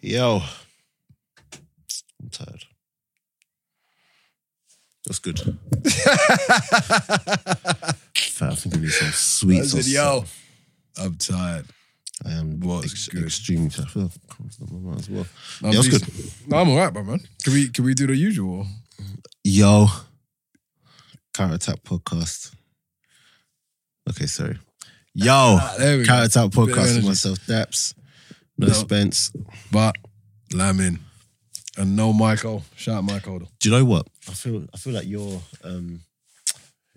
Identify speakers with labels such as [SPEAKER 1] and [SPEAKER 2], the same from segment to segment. [SPEAKER 1] Yo, I'm tired. That's good. Fat, I think I need some
[SPEAKER 2] I
[SPEAKER 1] sweets. or
[SPEAKER 2] said, yo, I'm tired.
[SPEAKER 1] something. I am
[SPEAKER 2] What's
[SPEAKER 1] ex-
[SPEAKER 2] good?
[SPEAKER 1] extremely tired. I feel like I've come to the moment as well.
[SPEAKER 2] I'm
[SPEAKER 1] Yeah, that's
[SPEAKER 2] decent. No, I'm all right, bro, man. Can we can we do the usual?
[SPEAKER 1] Yo, Counter Attack Podcast. Okay, sorry. Yo,
[SPEAKER 2] Ah, there we
[SPEAKER 1] Counter Attack
[SPEAKER 2] Bit of
[SPEAKER 1] Podcast with
[SPEAKER 2] energy.
[SPEAKER 1] myself, Daps. No,
[SPEAKER 2] No.
[SPEAKER 1] Spence.
[SPEAKER 2] But Lamin and no Michael. Shout out Michael. though.
[SPEAKER 1] Do you know what? I feel I feel like you're um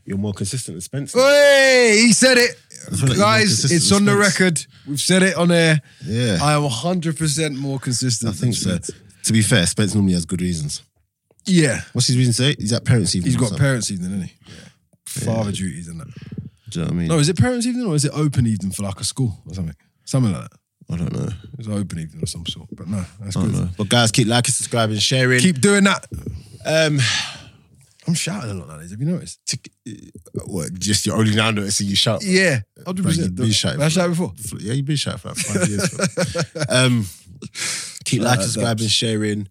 [SPEAKER 1] you're more consistent than Spence. now.
[SPEAKER 2] Hey, he said it.
[SPEAKER 1] I feel like you're more
[SPEAKER 2] Guys,
[SPEAKER 1] consistent
[SPEAKER 2] it's
[SPEAKER 1] than
[SPEAKER 2] on the
[SPEAKER 1] Spence.
[SPEAKER 2] record. We've said it on air.
[SPEAKER 1] Yeah.
[SPEAKER 2] I am 100% more consistent.
[SPEAKER 1] I think
[SPEAKER 2] than
[SPEAKER 1] so.
[SPEAKER 2] Spence.
[SPEAKER 1] To be fair, Spence normally has good reasons.
[SPEAKER 2] Yeah.
[SPEAKER 1] What's his reason to say? He's at parents' evening.
[SPEAKER 2] He's
[SPEAKER 1] or
[SPEAKER 2] got
[SPEAKER 1] something.
[SPEAKER 2] parents' evening, isn't he? Father duties and that.
[SPEAKER 1] Do you know what I mean?
[SPEAKER 2] No, is it parents' evening or is it open evening for like a school or something? Something like that.
[SPEAKER 1] I don't know.
[SPEAKER 2] It's an open evening of some sort. But no, that's
[SPEAKER 1] I don't
[SPEAKER 2] good.
[SPEAKER 1] know. But guys, keep liking, subscribing, sharing.
[SPEAKER 2] Keep doing that.
[SPEAKER 1] um,
[SPEAKER 2] I'm shouting a lot nowadays. Have you noticed?
[SPEAKER 1] to, uh, what? Just you're only now noticing you shout.
[SPEAKER 2] Yeah, hundred
[SPEAKER 1] Bro, you've
[SPEAKER 2] percent.
[SPEAKER 1] been shouting
[SPEAKER 2] I
[SPEAKER 1] for
[SPEAKER 2] shouted before.
[SPEAKER 1] F- Yeah, you've been shouting for like five years. bro. um, keep liking,
[SPEAKER 2] out
[SPEAKER 1] subscribing, sharing.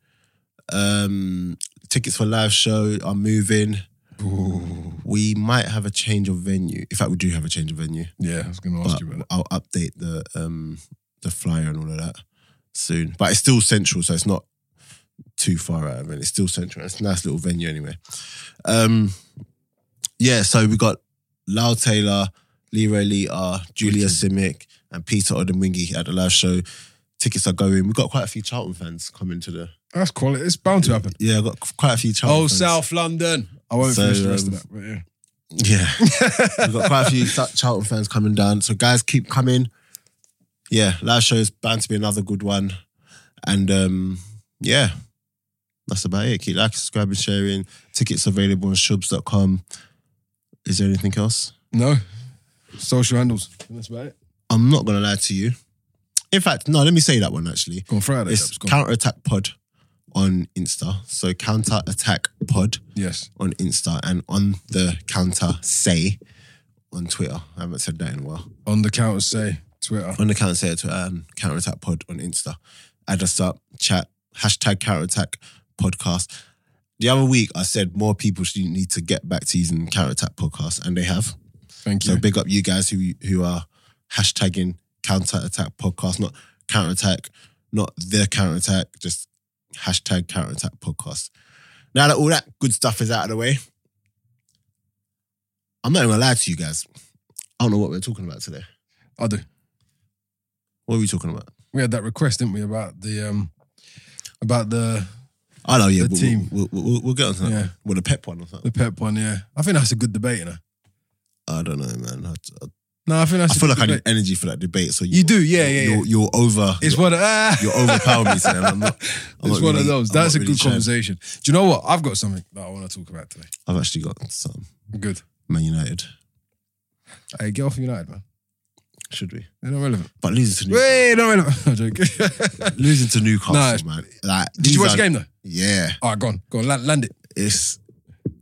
[SPEAKER 1] Um, tickets for live show are moving. We might have a change of venue. In fact, we do have a change of venue.
[SPEAKER 2] Yeah, I was going to ask
[SPEAKER 1] but
[SPEAKER 2] you about that.
[SPEAKER 1] I'll update the um the flyer and all of that soon. But it's still central, so it's not too far out of it. It's still central. It's a nice little venue anyway. Um yeah, so we got Lau Taylor, Leroy Lita, Julia Simic, and Peter Odemwingie at the live show. Tickets are going. We've got quite a few Charlton fans coming to the
[SPEAKER 2] That's quality. It's bound to happen.
[SPEAKER 1] Yeah, I've got quite a few Charlton
[SPEAKER 2] Oh,
[SPEAKER 1] fans.
[SPEAKER 2] South London. I won't
[SPEAKER 1] So,
[SPEAKER 2] finish the rest
[SPEAKER 1] um,
[SPEAKER 2] of that. But yeah.
[SPEAKER 1] Yeah. We've got quite a few Sa- Charlton fans coming down. So guys, keep coming. Yeah, last show is bound to be another good one. And um, yeah, that's about it. Keep liking, subscribing, sharing. Tickets available on shubs.com. Is there anything else?
[SPEAKER 2] No. Social handles. And that's about it.
[SPEAKER 1] I'm not gonna lie to you. In fact, no, let me say that one actually.
[SPEAKER 2] Go on Friday.
[SPEAKER 1] It's
[SPEAKER 2] Gabs, go on.
[SPEAKER 1] counter attack pod on Insta. So counter attack pod.
[SPEAKER 2] yes.
[SPEAKER 1] on Insta and on the counter say on Twitter. I haven't said that in a while.
[SPEAKER 2] On the counter, say Twitter.
[SPEAKER 1] On the counter say at Twitter and counter attack pod on Insta. Add us up, chat, hashtag counter attack podcast. The other week I said more people should need to get back to using counter attack podcast, and they have.
[SPEAKER 2] Thank
[SPEAKER 1] So
[SPEAKER 2] you.
[SPEAKER 1] big up you guys who who are hashtagging counter attack podcast, not counter attack, not the counter attack, just hashtag counter attack podcast. Now that all that good stuff is out of the way, I'm not even gonna lie to you guys. I don't know what we're talking about today.
[SPEAKER 2] I do.
[SPEAKER 1] What are we talking about?
[SPEAKER 2] We had that request, didn't we, about the um, about the
[SPEAKER 1] I know, yeah,
[SPEAKER 2] The
[SPEAKER 1] we'll,
[SPEAKER 2] team.
[SPEAKER 1] We'll, we'll, we'll, we'll get on to that.
[SPEAKER 2] Yeah.
[SPEAKER 1] one. Well, the pep one or something.
[SPEAKER 2] the pep one. Yeah, I think that's a good debate, you know.
[SPEAKER 1] I don't know, man. I, I,
[SPEAKER 2] No, I think
[SPEAKER 1] I
[SPEAKER 2] that's. a
[SPEAKER 1] feel like
[SPEAKER 2] good
[SPEAKER 1] I need
[SPEAKER 2] debate.
[SPEAKER 1] energy for that debate. So
[SPEAKER 2] You do, yeah, yeah, yeah.
[SPEAKER 1] You're, you're over.
[SPEAKER 2] It's
[SPEAKER 1] you're,
[SPEAKER 2] one. Of, ah.
[SPEAKER 1] you're overpowering me today. and I'm not. I'm
[SPEAKER 2] it's
[SPEAKER 1] not
[SPEAKER 2] one
[SPEAKER 1] really-
[SPEAKER 2] of those.
[SPEAKER 1] I'm
[SPEAKER 2] That's a
[SPEAKER 1] not
[SPEAKER 2] good
[SPEAKER 1] really trying.
[SPEAKER 2] conversation. Do you know what? I've got something that I want to talk about today.
[SPEAKER 1] I've actually got some
[SPEAKER 2] Good.
[SPEAKER 1] Man United.
[SPEAKER 2] Hey, get off United, man.
[SPEAKER 1] Should we?
[SPEAKER 2] They're not relevant.
[SPEAKER 1] But losing to New-
[SPEAKER 2] Wait, not relevant. I'm joking. Did
[SPEAKER 1] losing to Newcastle,
[SPEAKER 2] No.
[SPEAKER 1] man. Like,
[SPEAKER 2] you watch the
[SPEAKER 1] the
[SPEAKER 2] game though?
[SPEAKER 1] Yeah,
[SPEAKER 2] All right, go on, go on, land, land it.
[SPEAKER 1] it's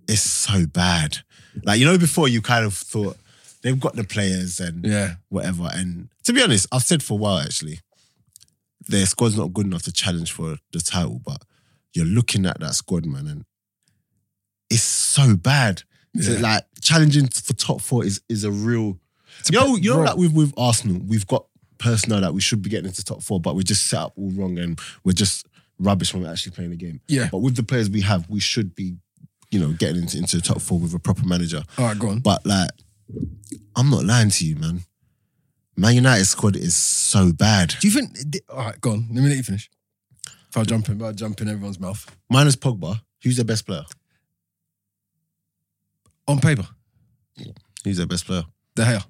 [SPEAKER 1] it's so bad. Like you know, before you kind of thought they've got the players and
[SPEAKER 2] Yeah,
[SPEAKER 1] whatever. And to be honest, I've said for a while actually, their squad's not good enough to challenge for the title. But you're looking at that squad, man, and it's so bad. So,
[SPEAKER 2] Yeah.
[SPEAKER 1] like challenging for top four is is a real. You know, you know,
[SPEAKER 2] bro.
[SPEAKER 1] like with with Arsenal, we've got personnel that we should be getting into top four, but we're just set up all wrong and we're just rubbish when we're actually playing the game.
[SPEAKER 2] yeah.
[SPEAKER 1] But with the players we have, we should be, you know, getting into, into the top four with a proper manager.
[SPEAKER 2] All right, go on.
[SPEAKER 1] But like, I'm not lying to you, man. Man United squad is so bad.
[SPEAKER 2] Do you think? All right, go on. Let me let you finish. If I jump in, if I jump in everyone's mouth
[SPEAKER 1] Minus Pogba, who's their best player?
[SPEAKER 2] on paper.
[SPEAKER 1] Who's their best player?
[SPEAKER 2] De Gea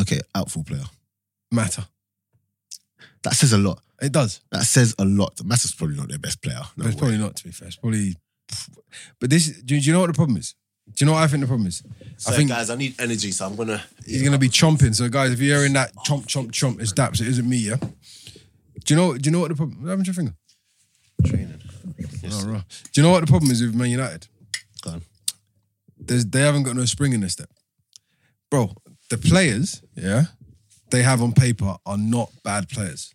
[SPEAKER 1] Okay, outfield player.
[SPEAKER 2] matter.
[SPEAKER 1] That says a lot.
[SPEAKER 2] It does.
[SPEAKER 1] That says a lot. Matter's probably not their best player. No
[SPEAKER 2] but it's
[SPEAKER 1] way.
[SPEAKER 2] probably not. To be fair, it's probably. But this. Do, do you know what the problem is? Do you know what I think the problem is?
[SPEAKER 1] So
[SPEAKER 2] I think
[SPEAKER 1] guys, I need energy, so I'm gonna.
[SPEAKER 2] He's gonna be chomping. So guys, if you're hearing that chomp, chomp, chomp, it's Daps. It isn't me. Yeah. Do you know? Do you know what the problem? What happened to your finger?
[SPEAKER 1] training.
[SPEAKER 2] Oh, right. Do you know what the problem is with Man United?
[SPEAKER 1] Go on.
[SPEAKER 2] There's, they haven't got no spring in their step, bro. The players, yeah, they have on paper are not bad players.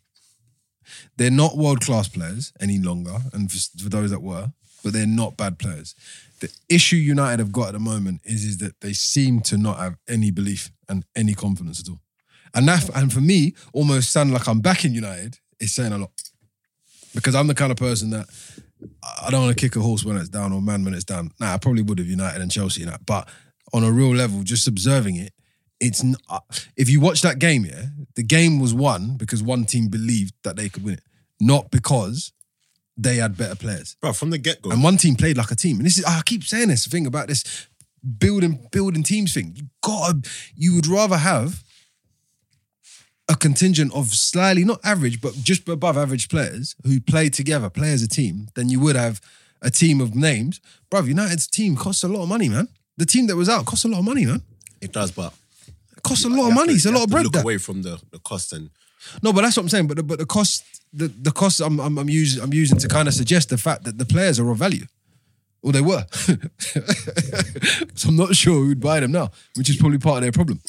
[SPEAKER 2] They're not world class players any longer, and for, for those that were, but they're not bad players. The issue United have got at the moment is is that they seem to not have any belief and any confidence at all. And that, and for me, almost sounding like I'm back in United is saying a lot because I'm the kind of person that I- I don't want to kick a horse when it's down or man when it's down. Nah, I probably would have United and Chelsea and that, but on a real level, just observing it, it's not. If you watch that game, yeah, the game was won because one team believed that they could win it, not because they had better players.
[SPEAKER 1] Bro, from the get go,
[SPEAKER 2] And one team played like a team. And this is I keep saying this thing about this building building teams thing. You gotta you would rather have a contingent of slightly not average, but just above average players who play together, play as a team, than you would have a team of names. Bruv, United's team costs a lot of money, man. The team that was out costs a lot of money, man.
[SPEAKER 1] it does, but
[SPEAKER 2] It costs a lot of money. It's a lot of bread.
[SPEAKER 1] Look
[SPEAKER 2] that-
[SPEAKER 1] away from the, the cost and
[SPEAKER 2] no, but that's what I'm saying. But the, but the cost, the, the cost I'm, I'm I'm using I'm using to kind of suggest the fact that the players are of value, or they were. so I'm not sure who'd buy them now, which is probably part of their problem.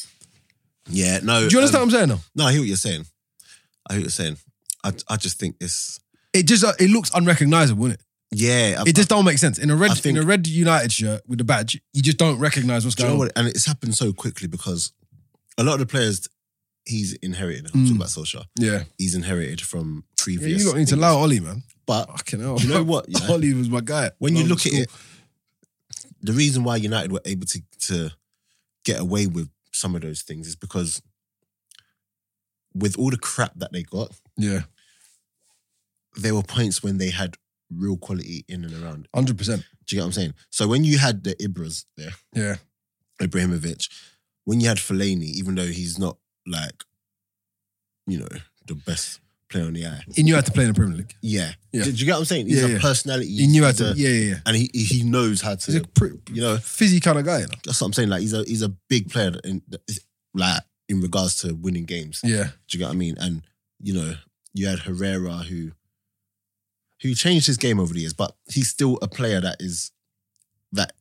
[SPEAKER 1] yeah, no.
[SPEAKER 2] Do you
[SPEAKER 1] um,
[SPEAKER 2] understand what I'm saying? Now
[SPEAKER 1] no, I hear what you're saying. I hear what you're saying. I I just think it's
[SPEAKER 2] it just uh, it looks unrecognizable, isn't it?
[SPEAKER 1] yeah. I,
[SPEAKER 2] It just don't make sense in a red
[SPEAKER 1] I think-
[SPEAKER 2] in a red United shirt with the badge. You just don't recognize what's
[SPEAKER 1] Do you
[SPEAKER 2] going
[SPEAKER 1] know
[SPEAKER 2] on.
[SPEAKER 1] what? And it's happened so quickly because a lot of the players he's inherited. I'm talking about Solskjaer.
[SPEAKER 2] yeah,
[SPEAKER 1] He's inherited from
[SPEAKER 2] Mm. yeah
[SPEAKER 1] previous.
[SPEAKER 2] you don't need to
[SPEAKER 1] things.
[SPEAKER 2] allow Ollie, man.
[SPEAKER 1] But
[SPEAKER 2] Fucking hell.
[SPEAKER 1] Do you know what, yeah?
[SPEAKER 2] Ollie was my guy.
[SPEAKER 1] when you
[SPEAKER 2] Long
[SPEAKER 1] look at
[SPEAKER 2] school.
[SPEAKER 1] it, the reason why United were able to to get away with some of those things is because with all the crap that they got,
[SPEAKER 2] yeah,
[SPEAKER 1] there were points when they had real quality in and around.
[SPEAKER 2] hundred percent.
[SPEAKER 1] Do you get what I'm saying? So when you had the Ibras there,
[SPEAKER 2] Yeah,
[SPEAKER 1] Ibrahimovic, when you had Fellaini, even though he's not like, you know, the best player on the eye.
[SPEAKER 2] he knew how to play in the Premier League.
[SPEAKER 1] Yeah.
[SPEAKER 2] Yeah.
[SPEAKER 1] Do, do you get what I'm saying? He's
[SPEAKER 2] Yeah,
[SPEAKER 1] a
[SPEAKER 2] yeah.
[SPEAKER 1] personality.
[SPEAKER 2] He knew how
[SPEAKER 1] he's
[SPEAKER 2] to.
[SPEAKER 1] a-
[SPEAKER 2] Yeah, yeah, yeah.
[SPEAKER 1] and he he knows how
[SPEAKER 2] He's
[SPEAKER 1] to.
[SPEAKER 2] a pretty,
[SPEAKER 1] You know,
[SPEAKER 2] fizzy kind of guy. You know?
[SPEAKER 1] that's what I'm saying. Like he's a he's a big player in like in regards to winning games.
[SPEAKER 2] Yeah.
[SPEAKER 1] Do you get what I mean? And you know, you had Herrera who who changed his game over the years, but he's still a player that is that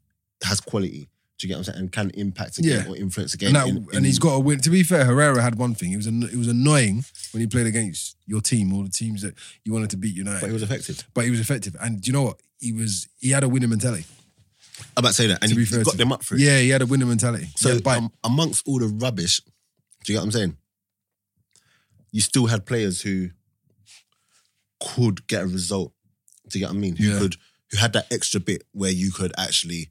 [SPEAKER 1] has quality. Do you get what I'm saying? And can impact a game
[SPEAKER 2] Yeah.
[SPEAKER 1] or influence a game.
[SPEAKER 2] And, that,
[SPEAKER 1] in- in-
[SPEAKER 2] and he's got a win. To be fair, Herrera had one thing. It was an, it was annoying when he played against your team or the teams that you wanted to beat United.
[SPEAKER 1] but he was affected.
[SPEAKER 2] But he was effective. And do you know what? He was he had a winning mentality.
[SPEAKER 1] I'm about to say that. And
[SPEAKER 2] To
[SPEAKER 1] he,
[SPEAKER 2] be fair
[SPEAKER 1] he got
[SPEAKER 2] to-
[SPEAKER 1] them up for it.
[SPEAKER 2] Yeah, he had a winning mentality.
[SPEAKER 1] So
[SPEAKER 2] So yeah,
[SPEAKER 1] um, amongst all the rubbish, do you get what I'm saying? You still had players who could get a result. Do you get what I mean? Who
[SPEAKER 2] Yeah.
[SPEAKER 1] could who had that extra bit where you could actually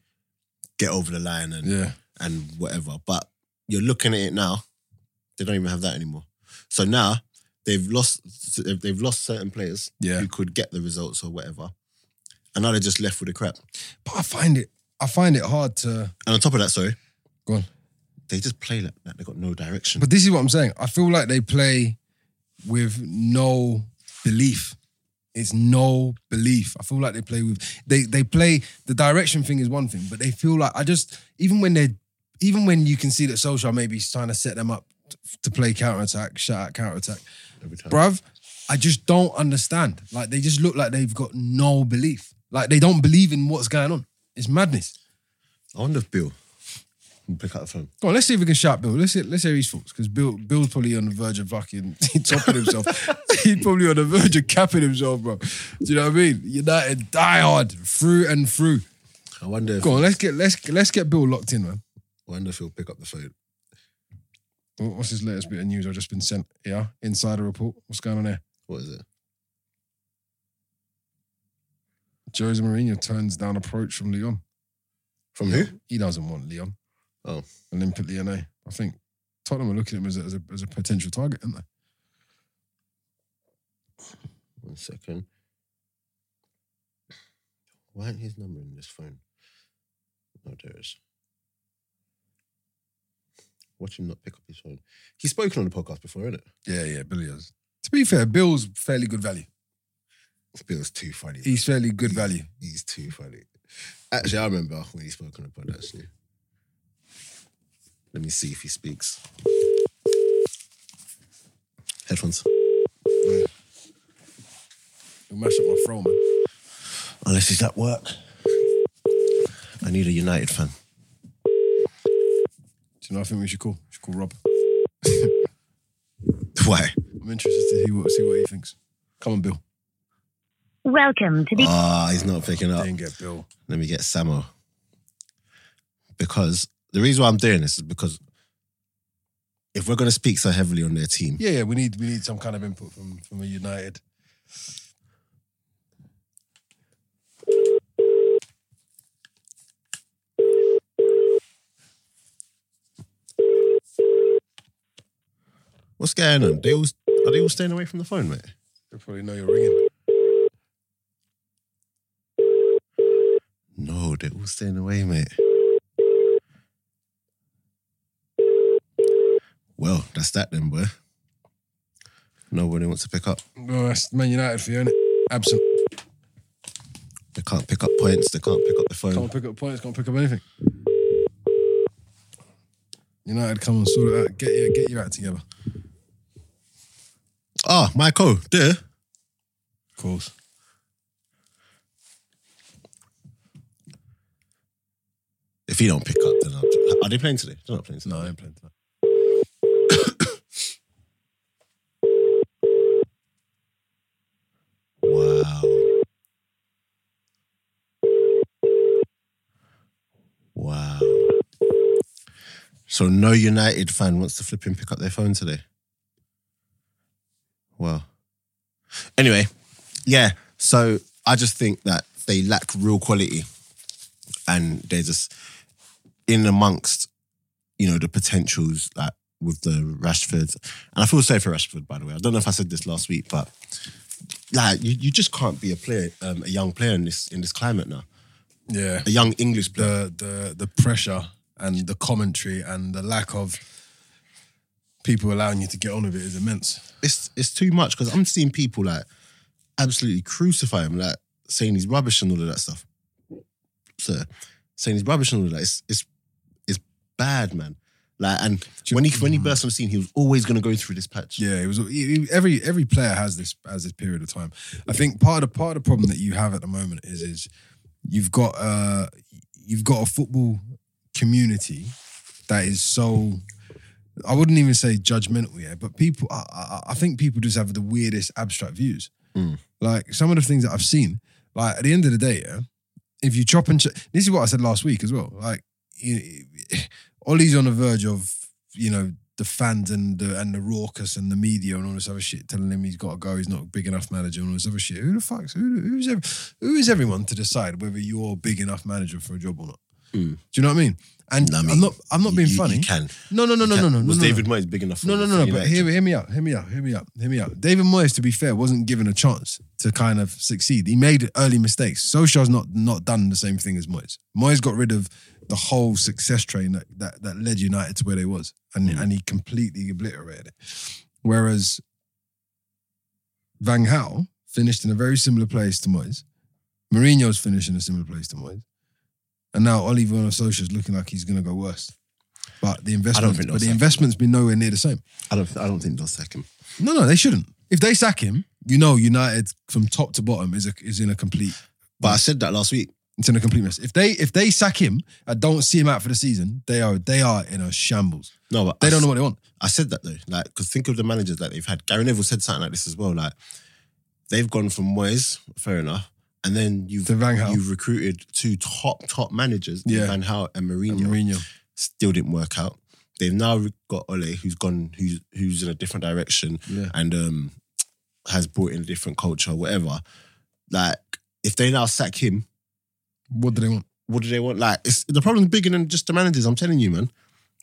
[SPEAKER 1] get over the line and
[SPEAKER 2] yeah.
[SPEAKER 1] and whatever. But you're looking at it now; they don't even have that anymore. So now they've lost they've, they've lost certain players
[SPEAKER 2] Yeah.
[SPEAKER 1] who could get the results or whatever, and now they're just left with the crap.
[SPEAKER 2] But I find it I find it hard to
[SPEAKER 1] And on top of that, sorry,
[SPEAKER 2] go on.
[SPEAKER 1] they just play like that. They got no direction.
[SPEAKER 2] But this is what I'm saying. I feel like they play with no belief. It's no belief. I feel like they play with they they play the direction thing is one thing, but they feel like I just even when they even when you can see that Solskjaer maybe is trying to set them up t- to play counter attack, shout out counter attack,
[SPEAKER 1] every time.
[SPEAKER 2] bruv. I just don't understand. Like they just look like they've got no belief. Like they don't believe in what's going on. It's madness.
[SPEAKER 1] I wonder if Bill will pick up the phone.
[SPEAKER 2] Go on, let's see if we can shout Bill. Let's hear, let's hear his thoughts because Bill Bill's probably on the verge of fucking topping himself. He's probably on the verge of capping himself, bro. Do you know what I mean? United die hard through and through.
[SPEAKER 1] I wonder if,
[SPEAKER 2] Go on, let's get let's let's get Bill locked in, man.
[SPEAKER 1] I wonder if he'll pick up the phone.
[SPEAKER 2] What- What's his latest bit of news I've just been sent? Yeah, insider report. What's going on there?
[SPEAKER 1] What is it?
[SPEAKER 2] Jose Mourinho turns down approach from Leon.
[SPEAKER 1] From who?
[SPEAKER 2] He doesn't want Leon.
[SPEAKER 1] Oh.
[SPEAKER 2] Olympic Lyonnais. I think Tottenham are looking at him as a, as a, as a potential target, aren't they?
[SPEAKER 1] One second. Why ain't his number in this phone? Oh, there it is. Watch him not pick up his phone. He's spoken on the podcast before, isn't it?
[SPEAKER 2] Yeah, yeah, Billy is. To be fair, Bill's fairly good value.
[SPEAKER 1] Bill's too funny.
[SPEAKER 2] He's fairly good value.
[SPEAKER 1] He's too funny. Actually, I remember when he spoke on the pod, actually. Let me see if he speaks. Headphones.
[SPEAKER 2] He'll mash up my throw, man.
[SPEAKER 1] Unless he's at work. I need a United fan.
[SPEAKER 2] Do you know? I think we should call. We should call Rob.
[SPEAKER 1] Why?
[SPEAKER 2] I'm interested to see what see what he thinks. Come on, Bill.
[SPEAKER 3] Welcome to the
[SPEAKER 1] Ah, he's not picking up.
[SPEAKER 2] Didn't get Bill.
[SPEAKER 1] Let me get Samo. Because the reason why I'm doing this is because if we're going to speak so heavily on their team,
[SPEAKER 2] Yeah, yeah. We need we need some kind of input from from a United.
[SPEAKER 1] what's going on? They all, are they all staying away from the phone, mate?
[SPEAKER 2] They probably know you're ringing.
[SPEAKER 1] No, they're all staying away, mate. Well, that's that then, boy. Nobody wants to pick up.
[SPEAKER 2] No, that's Man United for you, innit? Absent.
[SPEAKER 1] They can't pick up points. They can't pick up the phone.
[SPEAKER 2] Can't pick up points. Can't pick up anything. United, come and sort it out. Get your get your act together.
[SPEAKER 1] Ah, Michael, there.
[SPEAKER 2] Of course.
[SPEAKER 1] If he don't pick up, then I'll, are they playing today? They're not playing today.
[SPEAKER 2] No, I ain't playing tonight.
[SPEAKER 1] Wow. Wow. So no United fan wants to flip and pick up their phone today. Wow. Anyway, yeah. So I just think that they lack real quality. And they're just in amongst, you know, the potentials that with the Rashford. And I feel sorry for Rashford, by the way. I don't know if I said this last week, but like you, you just can't be a player, um, a young player in this in this climate now.
[SPEAKER 2] Yeah.
[SPEAKER 1] A young English player.
[SPEAKER 2] the the the pressure and the commentary and the lack of people allowing you to get on with it is immense.
[SPEAKER 1] It's it's too much because I'm seeing people like absolutely crucify him, like saying he's rubbish and all of that stuff. So saying he's rubbish and all of that. It's it's it's bad, man. Like and when he when he burst on the scene, he was always gonna go through this patch.
[SPEAKER 2] Mm. Yeah, it was he- he- every every player has this has this period of time. I think part of part of the problem that you have at the moment is is you've got uh you've got a football community that is so I wouldn't even say judgmental, yeah, but people I, I, I think people just have the weirdest abstract views.
[SPEAKER 1] Mm.
[SPEAKER 2] Like some of the things that I've seen, like at the end of the day, yeah, if you chop and ch- this is what I said last week as well. Like you, Ollie's on the verge of you know the fans and the and the raucous and the media and all this other shit telling him he's got to go, he's not a big enough manager and all this other shit. Who the fuck's who, who's ev- who is everyone to decide whether you're a big enough manager for a job or not?
[SPEAKER 1] Mm.
[SPEAKER 2] Do you know what I mean? And
[SPEAKER 1] No, I
[SPEAKER 2] I'm
[SPEAKER 1] mean,
[SPEAKER 2] not I'm not
[SPEAKER 1] You-
[SPEAKER 2] being
[SPEAKER 1] you-
[SPEAKER 2] funny.
[SPEAKER 1] You can.
[SPEAKER 2] no, no, no,
[SPEAKER 1] You
[SPEAKER 2] no,
[SPEAKER 1] can.
[SPEAKER 2] no, no,
[SPEAKER 1] Was
[SPEAKER 2] no, no.
[SPEAKER 1] David Moyes big enough? for-
[SPEAKER 2] No, no,
[SPEAKER 1] for
[SPEAKER 2] no, no. But
[SPEAKER 1] United?
[SPEAKER 2] hear, hear me out. Hear me out. Hear me out. Hear me out. David Moyes, to be fair, wasn't given a chance to kind of succeed. He made early mistakes. Solskjaer's not not done the same thing as Moyes. Moyes got rid of the whole success train that that, that led United to where they was, and and he completely obliterated it. Whereas Van Gaal finished in a very similar place to Moyes. Mourinho's finished in a similar place to Moyes, and now Oliver and is looking like he's going to go worse. But the investment,
[SPEAKER 1] think they'll
[SPEAKER 2] but the
[SPEAKER 1] sack him.
[SPEAKER 2] investment's been nowhere near the same.
[SPEAKER 1] I don't I don't think they'll sack him.
[SPEAKER 2] No, no, they shouldn't. If they sack him, you know United from top to bottom is a, is in a complete
[SPEAKER 1] But I said that last week.
[SPEAKER 2] it's in a complete mess. If they if they sack him and don't see him out for the season, they are they are in a shambles.
[SPEAKER 1] No, but
[SPEAKER 2] They
[SPEAKER 1] I
[SPEAKER 2] don't know what they want.
[SPEAKER 1] I said that though, like, because think of the managers that they've had. Gary Neville said something like this as well. Like, they've gone from Moyes, fair enough, and then you've
[SPEAKER 2] To Van Gaal.
[SPEAKER 1] you've recruited two top top managers, in
[SPEAKER 2] Yeah.
[SPEAKER 1] Van Gaal and
[SPEAKER 2] And
[SPEAKER 1] Mourinho.
[SPEAKER 2] Mourinho.
[SPEAKER 1] Still didn't work out. They've now re- got Ole, who's gone, who's who's in a different direction
[SPEAKER 2] Yeah.
[SPEAKER 1] and um has brought in a different culture, whatever. Like, if they now sack him,
[SPEAKER 2] What do they want?
[SPEAKER 1] what do they want? Like, it's, the problem's bigger than just the managers. I'm telling you, man.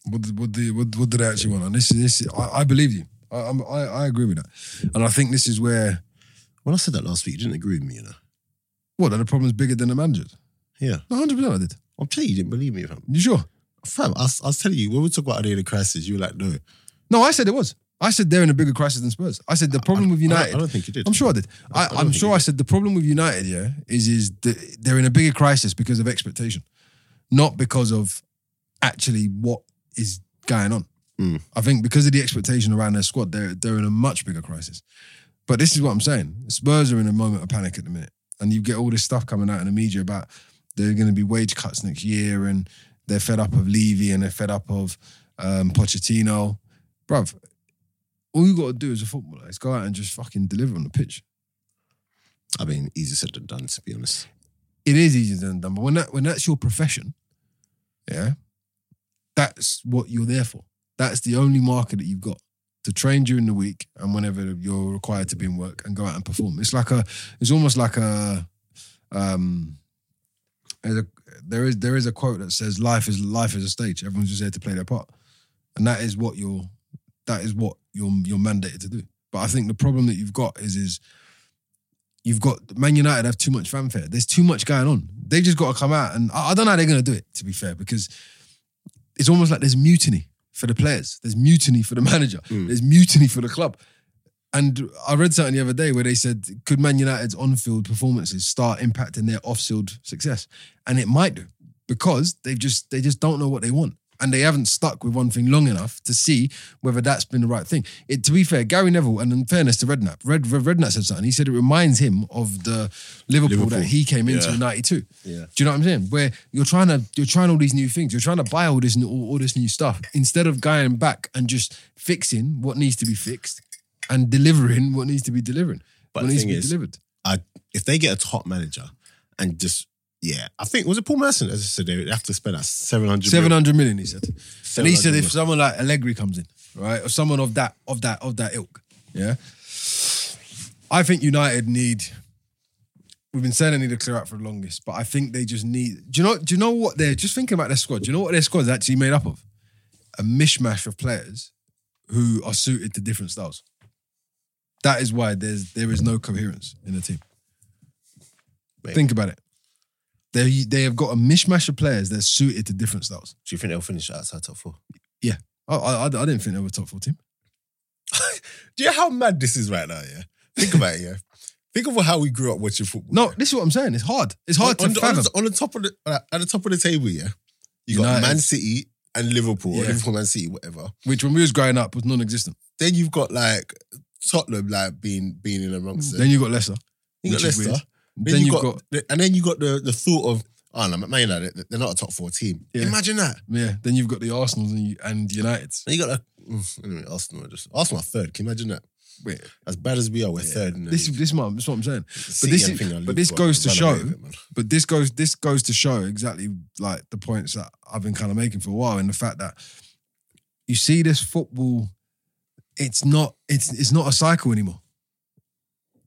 [SPEAKER 2] What do, what do, what, what do they actually want? And this is this is, I, I believe you. I, I'm- I I agree with that. And I think this is where
[SPEAKER 1] When I said that last week, you didn't agree with me, you know.
[SPEAKER 2] what are the problems bigger than the managers?
[SPEAKER 1] Yeah,
[SPEAKER 2] No, hundred percent I did.
[SPEAKER 1] I'm telling you, you didn't believe me, fam.
[SPEAKER 2] You sure?
[SPEAKER 1] Fam, I was, I was telling you, when we talk about the crisis, you were like, no.
[SPEAKER 2] No, I said it was. I said they're in a bigger crisis than Spurs. I said the problem with
[SPEAKER 1] I
[SPEAKER 2] United.
[SPEAKER 1] don't, I don't think you did.
[SPEAKER 2] I'm sure I did. I,
[SPEAKER 1] I don't
[SPEAKER 2] I am
[SPEAKER 1] think
[SPEAKER 2] sure
[SPEAKER 1] you
[SPEAKER 2] I said the problem with United, yeah, is is that they're in a bigger crisis because of expectation, not because of actually what is going on.
[SPEAKER 1] Mm.
[SPEAKER 2] I think because of the expectation around their squad, they're they're in a much bigger crisis. But this is what I'm saying: Spurs are in a moment of panic at the minute, and you get all this stuff coming out in the media about there are going to be wage cuts next year, and they're fed up of Levy and they're fed up of um, Pochettino, bruv. All you got to do as a footballer is go out and just fucking deliver on the pitch.
[SPEAKER 1] I mean, easier said than done, to be honest.
[SPEAKER 2] it is easier than done. But when that when that's your profession, yeah, that's what you're there for. That's the only market that you've got to train during the week and whenever you're required to be in work and go out and perform. It's like a, it's almost like a, um, there's a, there is there is a quote that says life is life is a stage. Everyone's just there to play their part, and that is what you're, that is what you're you're mandated to do. But I think the problem that you've got is is you've got Man United have too much fanfare. There's too much going on. They just got to come out, and I, I don't know how they're going to do it. To be fair, because it's almost like there's mutiny for the players. There's mutiny for the manager.
[SPEAKER 1] Mm.
[SPEAKER 2] There's mutiny for the club. And I read something the other day where they said, could Man United's on-field performances start impacting their off-field success? And it might do because they just they just don't know what they want. And they haven't stuck with one thing long enough to see whether that's been the right thing. It, to be fair, Gary Neville, and in fairness to Redknapp, Red, Red, Redknapp said something. He said it reminds him of the Liverpool,
[SPEAKER 1] Liverpool.
[SPEAKER 2] that he came into
[SPEAKER 1] Yeah.
[SPEAKER 2] in '92.
[SPEAKER 1] Yeah.
[SPEAKER 2] Do you know what I'm saying? Where you're trying to you're trying all these new things, you're trying to buy all this new all, all this new stuff instead of going back and just fixing what needs to be fixed and delivering what needs to be delivering.
[SPEAKER 1] But
[SPEAKER 2] what
[SPEAKER 1] the
[SPEAKER 2] needs
[SPEAKER 1] thing
[SPEAKER 2] to be
[SPEAKER 1] is,
[SPEAKER 2] delivered.
[SPEAKER 1] I if they get a top manager and just yeah, I think was it Paul Merson as I said they have to spend that seven hundred.
[SPEAKER 2] Seven hundred million, he said. And he said if
[SPEAKER 1] million.
[SPEAKER 2] someone like Allegri comes in, right, or someone of that of that of that ilk, yeah, I think United need. We've been saying they need to clear out for the longest, but I think they just need. Do you know? Do you know what they're just thinking about their squad? Do you know what their squad is actually made up of? A mishmash of players who are suited to different styles. That is why there's there is no coherence in the team.
[SPEAKER 1] Mate.
[SPEAKER 2] Think about it. They they have got a mishmash of players that are suited to different styles.
[SPEAKER 1] do you think they'll finish outside top four?
[SPEAKER 2] I, I, I didn't think they were a top four team.
[SPEAKER 1] Do you know how mad this is right now? Yeah, think about it. Yeah, think of how we grew up watching football.
[SPEAKER 2] No, this is what I'm saying. It's hard. It's hard
[SPEAKER 1] on,
[SPEAKER 2] to
[SPEAKER 1] the- on
[SPEAKER 2] fathom.
[SPEAKER 1] the, on the top of the uh, at the top of the table. Yeah, you
[SPEAKER 2] United.
[SPEAKER 1] got Man City and Liverpool, or
[SPEAKER 2] Yeah.
[SPEAKER 1] Liverpool, Man City, whatever.
[SPEAKER 2] which when we was growing up was non-existent.
[SPEAKER 1] Then you've got like Tottenham, like being being in amongst them.
[SPEAKER 2] Mm. Then you got Leicester.
[SPEAKER 1] You got
[SPEAKER 2] which is
[SPEAKER 1] Leicester.
[SPEAKER 2] weird.
[SPEAKER 1] Then,
[SPEAKER 2] Then,
[SPEAKER 1] you,
[SPEAKER 2] you
[SPEAKER 1] got,
[SPEAKER 2] got,
[SPEAKER 1] the- and then you got the the thought of oh no, Man United, they're not a top four team.
[SPEAKER 2] Yeah.
[SPEAKER 1] Imagine that.
[SPEAKER 2] yeah. Then you've got the Arsenals and, you, and Uniteds.
[SPEAKER 1] And you got like mm, anyway, Arsenal are just Arsenal are third. Can you imagine that?
[SPEAKER 2] Wait,
[SPEAKER 1] As bad as we are, we're
[SPEAKER 2] Yeah.
[SPEAKER 1] third. In the
[SPEAKER 2] this
[SPEAKER 1] league.
[SPEAKER 2] is this is what, this is what I'm saying.
[SPEAKER 1] City,
[SPEAKER 2] this
[SPEAKER 1] I
[SPEAKER 2] is-
[SPEAKER 1] think, are
[SPEAKER 2] but this
[SPEAKER 1] Liverpool
[SPEAKER 2] goes to
[SPEAKER 1] run away
[SPEAKER 2] show-
[SPEAKER 1] with it, man.
[SPEAKER 2] But this goes this goes to show exactly like the points that I've been kind of making for a while, and the fact that you see this football, it's not it's it's not a cycle anymore.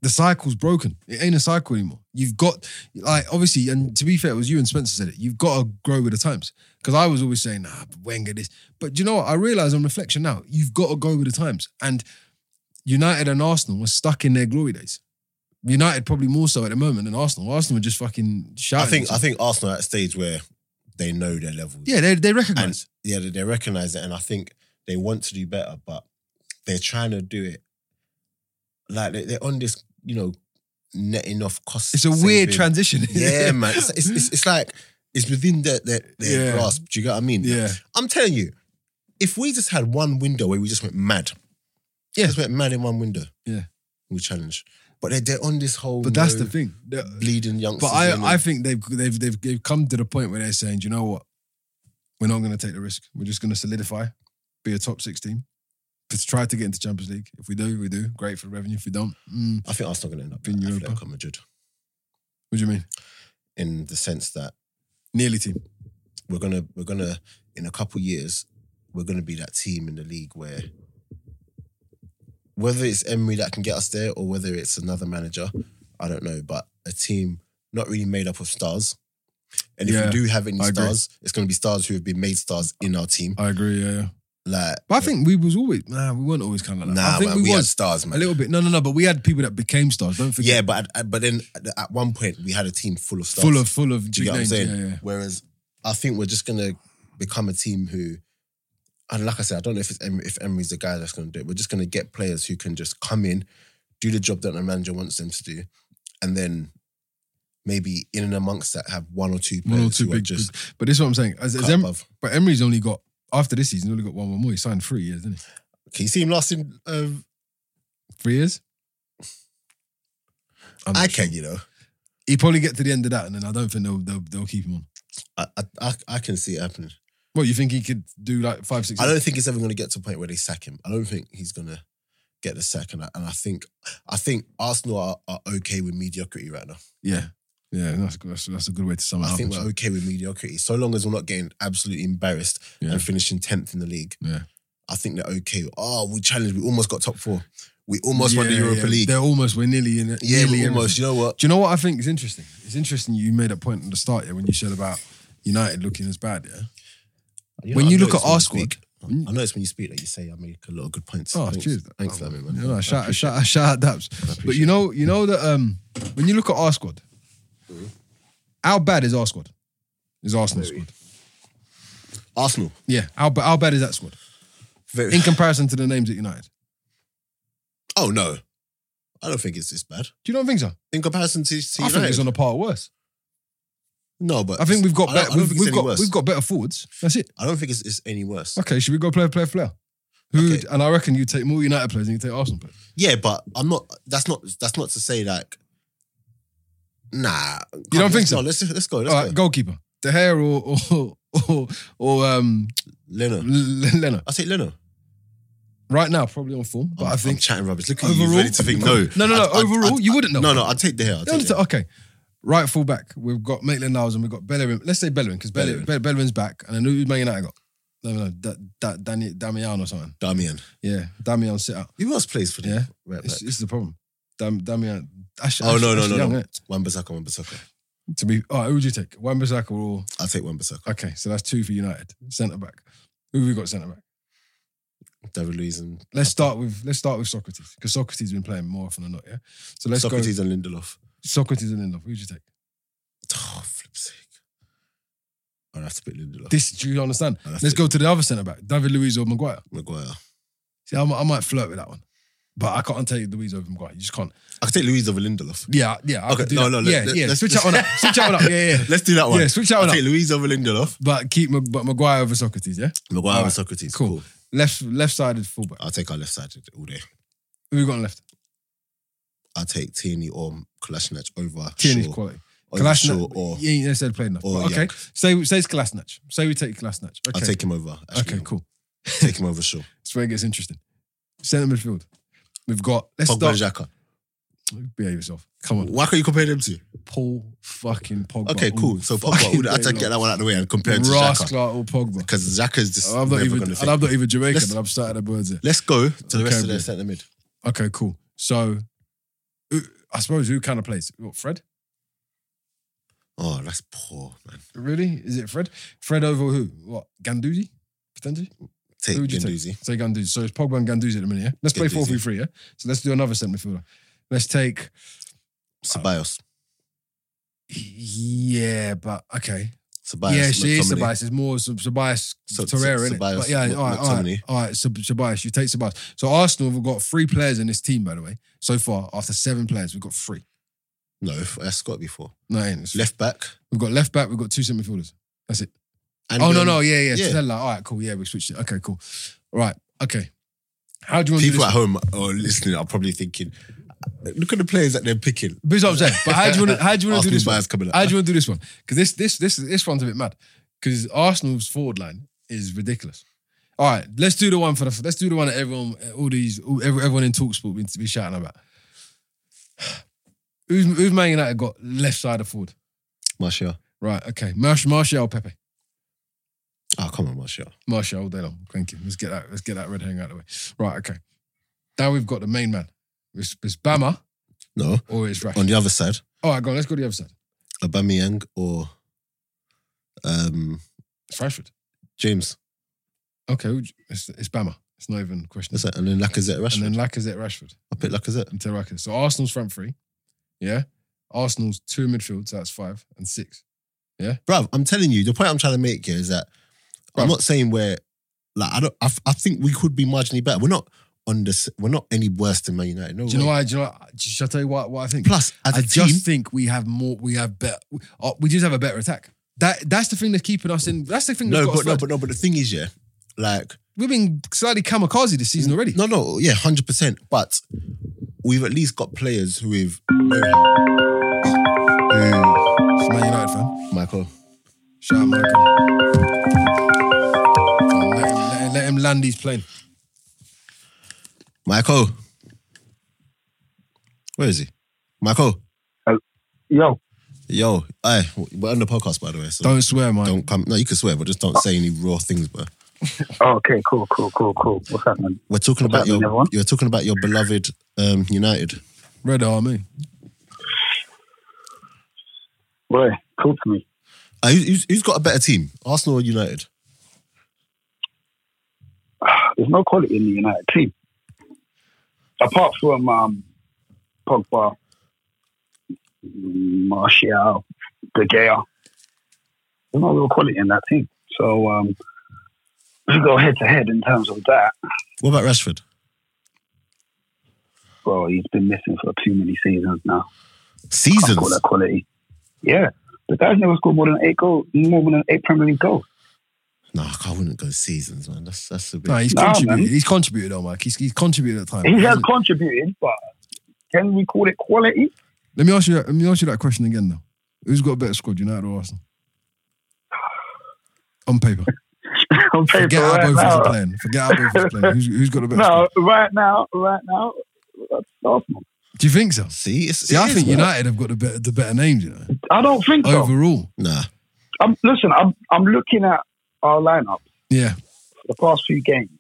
[SPEAKER 2] The cycle's broken. It ain't a cycle anymore. You've got like obviously, and to be fair, it was you and Spencer said it. You've got to grow with the times. Because I was always saying, nah, but Wenger this. But do you know what? I realise on reflection now, you've got to go with the times. And United and Arsenal were stuck in their glory days. United probably more so at the moment than Arsenal. Arsenal were just fucking
[SPEAKER 1] I
[SPEAKER 2] shouting.
[SPEAKER 1] think I
[SPEAKER 2] at each other.
[SPEAKER 1] think Arsenal are at a stage where they know their levels.
[SPEAKER 2] yeah, they they recognise.
[SPEAKER 1] and yeah, they, they recognise it, and I think they want to do better, but they're trying to do it like they, they're on this, you know, netting off costs.
[SPEAKER 2] It's a weird
[SPEAKER 1] transition.
[SPEAKER 2] transition.
[SPEAKER 1] Yeah, man. It's, it's, it's, it's like it's within their their, their
[SPEAKER 2] Yeah.
[SPEAKER 1] grasp. Do you get what I mean?
[SPEAKER 2] yeah.
[SPEAKER 1] I'm telling you, if we just had one window where we just went mad,
[SPEAKER 2] Yeah.
[SPEAKER 1] just went mad in one window,
[SPEAKER 2] Yeah.
[SPEAKER 1] we challenge. But they're, they're on this whole,
[SPEAKER 2] But that's
[SPEAKER 1] no,
[SPEAKER 2] the thing. The-
[SPEAKER 1] bleeding youngsters.
[SPEAKER 2] But I, I
[SPEAKER 1] and-
[SPEAKER 2] think they've, they've they've they've come to the point where they're saying, Do you know what? We're not going to take the risk. We're just going to solidify, be a top six team, to try to get into Champions League. If we do, we do. Great for revenue. If we don't, mm,
[SPEAKER 1] I think Arsenal going to end up
[SPEAKER 2] In
[SPEAKER 1] in
[SPEAKER 2] Europa.
[SPEAKER 1] Atletico Madrid
[SPEAKER 2] what do you mean?
[SPEAKER 1] in the sense that
[SPEAKER 2] Nearly team.
[SPEAKER 1] we're gonna we're gonna in a couple years we're gonna be that team in the league where whether it's Emery that can get us there or whether it's another manager, I don't know, but a team not really made up of stars. And if
[SPEAKER 2] Yeah,
[SPEAKER 1] we do have any
[SPEAKER 2] I agree.
[SPEAKER 1] stars, it's going to be stars who have been made stars in our team.
[SPEAKER 2] I agree. Yeah, yeah.
[SPEAKER 1] Like,
[SPEAKER 2] But I think we was always nah. We weren't always kind of like that.
[SPEAKER 1] nah,
[SPEAKER 2] I think
[SPEAKER 1] man, we,
[SPEAKER 2] we,
[SPEAKER 1] had
[SPEAKER 2] was
[SPEAKER 1] stars, man.
[SPEAKER 2] a little bit. No, no, no. But we had people that became stars. Don't forget.
[SPEAKER 1] yeah, but at- but then at- at one point we had a team full of stars.
[SPEAKER 2] full of full of
[SPEAKER 1] Do you get
[SPEAKER 2] big
[SPEAKER 1] what I'm
[SPEAKER 2] names. Yeah,
[SPEAKER 1] saying?
[SPEAKER 2] yeah.
[SPEAKER 1] Whereas I think we're just gonna become a team who, and like I said, I don't know if it's Emery, if Emery's the guy that's gonna do it. We're just gonna get players who can just come in, do the job that the manager wants them to do, and then maybe in and amongst that have one or two players
[SPEAKER 2] One or two
[SPEAKER 1] who are
[SPEAKER 2] big,
[SPEAKER 1] just
[SPEAKER 2] big- But this is what I'm saying. As, as
[SPEAKER 1] cut
[SPEAKER 2] Em-
[SPEAKER 1] above.
[SPEAKER 2] but Emery's only got after this season. he's Only got one more. He signed three years, didn't he?
[SPEAKER 1] Can you see him lasting? Um,
[SPEAKER 2] Three years. I'm not
[SPEAKER 1] I
[SPEAKER 2] sure.
[SPEAKER 1] can, you know,
[SPEAKER 2] He probably get to the end of that, and then I don't think they'll they'll, they'll keep him on.
[SPEAKER 1] I, I I I can see it happening.
[SPEAKER 2] What you think he could do like five six?
[SPEAKER 1] I
[SPEAKER 2] years?
[SPEAKER 1] don't think he's ever gonna get to a point where they sack him. I don't think he's gonna. get the sack, and I, and I think I think Arsenal are, are okay with mediocrity right now.
[SPEAKER 2] Yeah. Yeah, that's, good- that's, that's a good way to sum it
[SPEAKER 1] I
[SPEAKER 2] up.
[SPEAKER 1] think we're
[SPEAKER 2] actually.
[SPEAKER 1] okay with mediocrity, so long as we're not getting absolutely embarrassed
[SPEAKER 2] Yeah.
[SPEAKER 1] and finishing tenth in the league.
[SPEAKER 2] Yeah.
[SPEAKER 1] I think they're okay. Oh, we challenged. We almost got top four. We almost won the
[SPEAKER 2] Yeah,
[SPEAKER 1] Europa
[SPEAKER 2] yeah.
[SPEAKER 1] League.
[SPEAKER 2] They're almost, we're nearly in it.
[SPEAKER 1] Yeah,
[SPEAKER 2] nearly
[SPEAKER 1] we
[SPEAKER 2] in it.
[SPEAKER 1] almost. You know what?
[SPEAKER 2] Do you know what I think is interesting? It's interesting you made a point at the start here when you said about United looking as bad, yeah? When
[SPEAKER 1] I
[SPEAKER 2] you
[SPEAKER 1] know
[SPEAKER 2] look
[SPEAKER 1] it's
[SPEAKER 2] at
[SPEAKER 1] when
[SPEAKER 2] our
[SPEAKER 1] you
[SPEAKER 2] squad-
[SPEAKER 1] speak. I know it's when you speak that you say I make a lot of good points.
[SPEAKER 2] Oh,
[SPEAKER 1] thanks.
[SPEAKER 2] cheers.
[SPEAKER 1] Thanks, Lamin, man.
[SPEAKER 2] You know,
[SPEAKER 1] I
[SPEAKER 2] shout, out,
[SPEAKER 1] appreciate
[SPEAKER 2] shout, out, shout out Daps. But you know, you know that um, when you look at our squad,
[SPEAKER 1] Mm-hmm.
[SPEAKER 2] how bad is our squad? Is Arsenal squad?
[SPEAKER 1] it. Arsenal.
[SPEAKER 2] Yeah, how, ba- how bad is that squad
[SPEAKER 1] Very.
[SPEAKER 2] in comparison to the names at United?
[SPEAKER 1] oh no, I don't think it's this bad
[SPEAKER 2] Do you not think so?
[SPEAKER 1] in comparison to, to
[SPEAKER 2] I
[SPEAKER 1] United.
[SPEAKER 2] think it's on a par worse.
[SPEAKER 1] no, but
[SPEAKER 2] I think we've got
[SPEAKER 1] I don't-
[SPEAKER 2] better.
[SPEAKER 1] I don't
[SPEAKER 2] We've,
[SPEAKER 1] think it's
[SPEAKER 2] we've
[SPEAKER 1] any
[SPEAKER 2] got
[SPEAKER 1] worse.
[SPEAKER 2] we've got better forwards. That's it.
[SPEAKER 1] I don't think it's, it's any worse.
[SPEAKER 2] Okay, should we go player, player, player? Who?
[SPEAKER 1] Okay.
[SPEAKER 2] And I reckon you take more United players than you take Arsenal players.
[SPEAKER 1] Yeah, but I'm not. That's not. That's not to say like. Nah,
[SPEAKER 2] You
[SPEAKER 1] Come,
[SPEAKER 2] don't think
[SPEAKER 1] let's
[SPEAKER 2] so?
[SPEAKER 1] go, let's let's go. Let's
[SPEAKER 2] All right,
[SPEAKER 1] go.
[SPEAKER 2] goalkeeper, De Gea or or or, or um, L-
[SPEAKER 1] Leno.
[SPEAKER 2] Leno.
[SPEAKER 1] I take Leno.
[SPEAKER 2] Right now, probably on form, but
[SPEAKER 1] I'm,
[SPEAKER 2] i think
[SPEAKER 1] I'm chatting rubbish. Look at
[SPEAKER 2] overall,
[SPEAKER 1] you, ready to think. No,
[SPEAKER 2] no, no. no,
[SPEAKER 1] I- I-
[SPEAKER 2] overall,
[SPEAKER 1] I-
[SPEAKER 2] you wouldn't know.
[SPEAKER 1] No, no. I take the hair. I
[SPEAKER 2] You
[SPEAKER 1] take the
[SPEAKER 2] understand? Okay. Right full back, we've got Maitland Niles and we've got Bellerin. Let's say Bellerin because Bellerin,
[SPEAKER 1] Bellerin.
[SPEAKER 2] Be- Bellerin's back, and I know who Man United got. No, no, da, da, Dani, Damian or something.
[SPEAKER 1] Damian.
[SPEAKER 2] Yeah, Damian sit out.
[SPEAKER 1] Who else plays for them?
[SPEAKER 2] Yeah,
[SPEAKER 1] Right back.
[SPEAKER 2] it's, it's the problem. Dam, Damian. Ash,
[SPEAKER 1] Oh
[SPEAKER 2] Ash-
[SPEAKER 1] no, no,
[SPEAKER 2] Ashley
[SPEAKER 1] no,
[SPEAKER 2] Young,
[SPEAKER 1] no.
[SPEAKER 2] innit?
[SPEAKER 1] Wan Bissaka, Wan Bissaka.
[SPEAKER 2] To be, all right, who would you take? Wan Bissaka or
[SPEAKER 1] I take Wan Bissaka.
[SPEAKER 2] okay? So that's two for United centre back. Who have we got centre back?
[SPEAKER 1] David Luiz and
[SPEAKER 2] Let's start with let's start with Socrates because Socrates has been playing more often than not. Yeah, so let's
[SPEAKER 1] Socrates and Lindelof.
[SPEAKER 2] go Socrates and Lindelof. Who would you take?
[SPEAKER 1] Oh, flip's sake. I'd have to pick Lindelof.
[SPEAKER 2] This do you understand?
[SPEAKER 1] I'd have
[SPEAKER 2] Let's
[SPEAKER 1] to-
[SPEAKER 2] go to the other centre back, David Luiz or Maguire.
[SPEAKER 1] Maguire.
[SPEAKER 2] See, I, might- I might flirt with that one, but I can't take Louise over Maguire. You just can't.
[SPEAKER 1] I could take Luiz over Lindelof.
[SPEAKER 2] Yeah, yeah. I
[SPEAKER 1] Okay,
[SPEAKER 2] could do
[SPEAKER 1] no,
[SPEAKER 2] that.
[SPEAKER 1] no, let-
[SPEAKER 2] yeah,
[SPEAKER 1] let-
[SPEAKER 2] yeah.
[SPEAKER 1] let's-
[SPEAKER 2] switch that one up. Switch that one up. Yeah, yeah.
[SPEAKER 1] Let's do that one.
[SPEAKER 2] Yeah, switch that one
[SPEAKER 1] I'll
[SPEAKER 2] up.
[SPEAKER 1] take Luiz over Lindelof.
[SPEAKER 2] But keep Mag- but Maguire over Socrates. Yeah,
[SPEAKER 1] Maguire
[SPEAKER 2] All
[SPEAKER 1] over
[SPEAKER 2] right,
[SPEAKER 1] Socrates.
[SPEAKER 2] cool.
[SPEAKER 1] cool.
[SPEAKER 2] left left sided fullback.
[SPEAKER 1] I'll take our left sided all day.
[SPEAKER 2] Who we got on left?
[SPEAKER 1] I'll take Tierney or Kalashnikov over
[SPEAKER 2] Tierney's
[SPEAKER 1] Shaw.
[SPEAKER 2] quality.
[SPEAKER 1] Over Shaw
[SPEAKER 2] Kalasnac.
[SPEAKER 1] or
[SPEAKER 2] you ain't necessarily played enough.
[SPEAKER 1] or
[SPEAKER 2] but okay, say say it's Kalasnac. Say we take Kalasnac. Okay,
[SPEAKER 1] I'll take him over. Ashley.
[SPEAKER 2] okay, cool.
[SPEAKER 1] Take him over Shaw.
[SPEAKER 2] That's where it gets interesting. Centre midfield. We've got. Let's
[SPEAKER 1] Pogba and
[SPEAKER 2] start.
[SPEAKER 1] Xhaka.
[SPEAKER 2] Behave yourself. Come on,
[SPEAKER 1] Why can't you compare them to?
[SPEAKER 2] Paul fucking Pogba.
[SPEAKER 1] Okay,
[SPEAKER 2] all
[SPEAKER 1] cool. So Pogba,
[SPEAKER 2] fucking
[SPEAKER 1] all- I'll
[SPEAKER 2] day
[SPEAKER 1] take get
[SPEAKER 2] long.
[SPEAKER 1] that one out of the way and compare him to Xhaka.
[SPEAKER 2] Rascal or Pogba.
[SPEAKER 1] Because Xhaka's just
[SPEAKER 2] I'm not
[SPEAKER 1] never
[SPEAKER 2] even,
[SPEAKER 1] going to
[SPEAKER 2] and I'm
[SPEAKER 1] fit.
[SPEAKER 2] not even Jamaican,
[SPEAKER 1] Let's-
[SPEAKER 2] but I'm starting at birds it.
[SPEAKER 1] Let's go to the rest
[SPEAKER 2] Okay,
[SPEAKER 1] of their
[SPEAKER 2] bro.
[SPEAKER 1] centre mid.
[SPEAKER 2] Okay, cool. So, who- I suppose who kind of plays? What, Fred?
[SPEAKER 1] Oh, that's poor, man.
[SPEAKER 2] Really? Is it Fred? Fred over who? What? Ganduzi? Potentially?
[SPEAKER 1] Take
[SPEAKER 2] Who would you take? Uh,
[SPEAKER 1] Gendouzi.
[SPEAKER 2] Say Ganduzi. So it's Pogba and Ganduzi at the minute, yeah? Let's play
[SPEAKER 1] Ganduzi.
[SPEAKER 2] 4 3 3, yeah? So let's do another centre midfielder. Let's take,
[SPEAKER 1] Ceballos.
[SPEAKER 2] yeah, but okay.
[SPEAKER 1] Ceballos.
[SPEAKER 2] yeah, she is
[SPEAKER 1] McTominay.
[SPEAKER 2] Sabias. It's more Sab- Sabias
[SPEAKER 1] So-
[SPEAKER 2] Torreira,
[SPEAKER 1] so-
[SPEAKER 2] isn't it?
[SPEAKER 1] Ceballos,
[SPEAKER 2] But yeah,
[SPEAKER 1] Mc-
[SPEAKER 2] all right, all right,
[SPEAKER 1] McTominay.
[SPEAKER 2] all right. Sab- Sabias, you take Sabias. So Arsenal have got three players in this team, by the way. So far, after seven players, we've got three.
[SPEAKER 1] No, f- that's got to be four.
[SPEAKER 2] No, it ain't. It's-
[SPEAKER 1] Left back.
[SPEAKER 2] We've got left back. We've got two centre midfielders. That's it.
[SPEAKER 1] And
[SPEAKER 2] oh no,
[SPEAKER 1] um,
[SPEAKER 2] no, yeah, yeah.
[SPEAKER 1] yeah.
[SPEAKER 2] Stella. All right, cool. Yeah, we switched it. Okay, cool. All right, okay. How do you want to do
[SPEAKER 1] People
[SPEAKER 2] this?
[SPEAKER 1] at home or listening are probably thinking, look at the players that they're picking.
[SPEAKER 2] This is what I'm saying. But how do you want to? How do you want to
[SPEAKER 1] Arsenal
[SPEAKER 2] do this one?
[SPEAKER 1] bias coming up.
[SPEAKER 2] How do you want to do this one? Because this, this, this, this one's a bit mad. Because Arsenal's forward line is ridiculous. All right, let's do the one for the. Let's do the one that everyone, all these, all, every- everyone in Talksport been be shouting about. Who's, who's Man United got left side of forward?
[SPEAKER 1] Martial.
[SPEAKER 2] Right, okay. Marsh, Martial, Pepe.
[SPEAKER 1] Oh, come on, Martial.
[SPEAKER 2] Martial all day long. Thank you. Let's get that. Let's get that red hanger out of the way. Right. Okay. Now we've got the main man. It's, it's Bama
[SPEAKER 1] No.
[SPEAKER 2] or it's Rash.
[SPEAKER 1] On the other side,
[SPEAKER 2] All right, go. on, Let's go to the other side.
[SPEAKER 1] Aubameyang or um,
[SPEAKER 2] It's Rashford.
[SPEAKER 1] James.
[SPEAKER 2] Okay. who'd you- It's, it's Bama. It's not even a question.
[SPEAKER 1] That's it. And then Lacazette, Rashford.
[SPEAKER 2] And then Lacazette, Rashford,
[SPEAKER 1] I picked Lacazette.
[SPEAKER 2] and Terraka. So Arsenal's front three. Yeah. Arsenal's two midfield. So that's five and six.
[SPEAKER 1] Bruv, I'm telling you, the point I'm trying to make here is that
[SPEAKER 2] Bruv.
[SPEAKER 1] I'm not saying we're like I don't. I, I think we could be marginally better. We're not on this. We're not any worse than Man United. No
[SPEAKER 2] Do you know
[SPEAKER 1] way.
[SPEAKER 2] why? Do you know? why- Shall I tell you what? What I think?
[SPEAKER 1] Plus, as a
[SPEAKER 2] I
[SPEAKER 1] team,
[SPEAKER 2] just think we have more. We have better. uh, We just have a better attack. That that's the thing that's keeping us in. That's the thing. That's
[SPEAKER 1] no,
[SPEAKER 2] got us
[SPEAKER 1] but no,
[SPEAKER 2] third.
[SPEAKER 1] but no, but the thing is, yeah, like
[SPEAKER 2] We've been slightly kamikaze this season already.
[SPEAKER 1] no, no, yeah, hundred percent. But we've at least got players who we've. Who,
[SPEAKER 2] It's Man United fan.
[SPEAKER 1] Michael,
[SPEAKER 2] Shout out Michael. Let him, let, him, let him land his plane.
[SPEAKER 1] Michael, Where is he? Michael.
[SPEAKER 4] Yo,
[SPEAKER 1] Yo, hey, we're on the podcast by the way. So
[SPEAKER 2] Don't swear, man.
[SPEAKER 1] don't come. No, you can swear, but just don't say any raw things, bro.
[SPEAKER 4] oh, okay, cool, cool, cool, cool. What's happening?
[SPEAKER 1] We're talking
[SPEAKER 4] What's
[SPEAKER 1] about your.
[SPEAKER 4] happening, everyone?
[SPEAKER 1] You're talking about your beloved um, United.
[SPEAKER 2] Red Army.
[SPEAKER 4] Boy, talk to me.
[SPEAKER 1] Uh, who's- who's, who's got a better team, Arsenal or United?
[SPEAKER 4] There's no quality in the United team. Apart from um, Pogba, Martial, De Gea, there's no real quality in that team. So um, if you go head to head in terms of that,
[SPEAKER 1] What about Rashford?
[SPEAKER 4] well, he's been missing for too many seasons now. Can't call
[SPEAKER 1] Seasons.
[SPEAKER 4] that quality. Yeah, the guy's never scored more than eight goals, more than eight Premier League goals.
[SPEAKER 1] Nah, I wouldn't go seasons, man. That's that's a bit.
[SPEAKER 2] No, he's
[SPEAKER 4] Nah,
[SPEAKER 2] contributed.
[SPEAKER 4] man.
[SPEAKER 2] He's contributed, though, Mike. He's, he's contributed at times.
[SPEAKER 4] He
[SPEAKER 2] He
[SPEAKER 4] has
[SPEAKER 2] hasn't-
[SPEAKER 4] contributed, but can we call it quality?
[SPEAKER 2] Let me ask you. That, let me ask you that question again, though. Who's got a better squad, United or Arsenal? On paper,
[SPEAKER 4] On paper,
[SPEAKER 2] forget how
[SPEAKER 4] right
[SPEAKER 2] both of us
[SPEAKER 4] now.
[SPEAKER 2] are playing. Forget how both of us are playing. Who's, who's got a better
[SPEAKER 4] No,
[SPEAKER 2] squad?
[SPEAKER 4] right now, right now, that's Arsenal.
[SPEAKER 2] Do you think so?
[SPEAKER 1] See, it's,
[SPEAKER 2] See, I
[SPEAKER 1] it is,
[SPEAKER 2] think
[SPEAKER 1] man.
[SPEAKER 2] United have got the better, the better names. You know,
[SPEAKER 4] I don't think so.
[SPEAKER 2] overall.
[SPEAKER 1] Nah,
[SPEAKER 4] I'm, listen, I'm I'm looking at our lineup
[SPEAKER 2] Yeah,
[SPEAKER 4] for the past few games,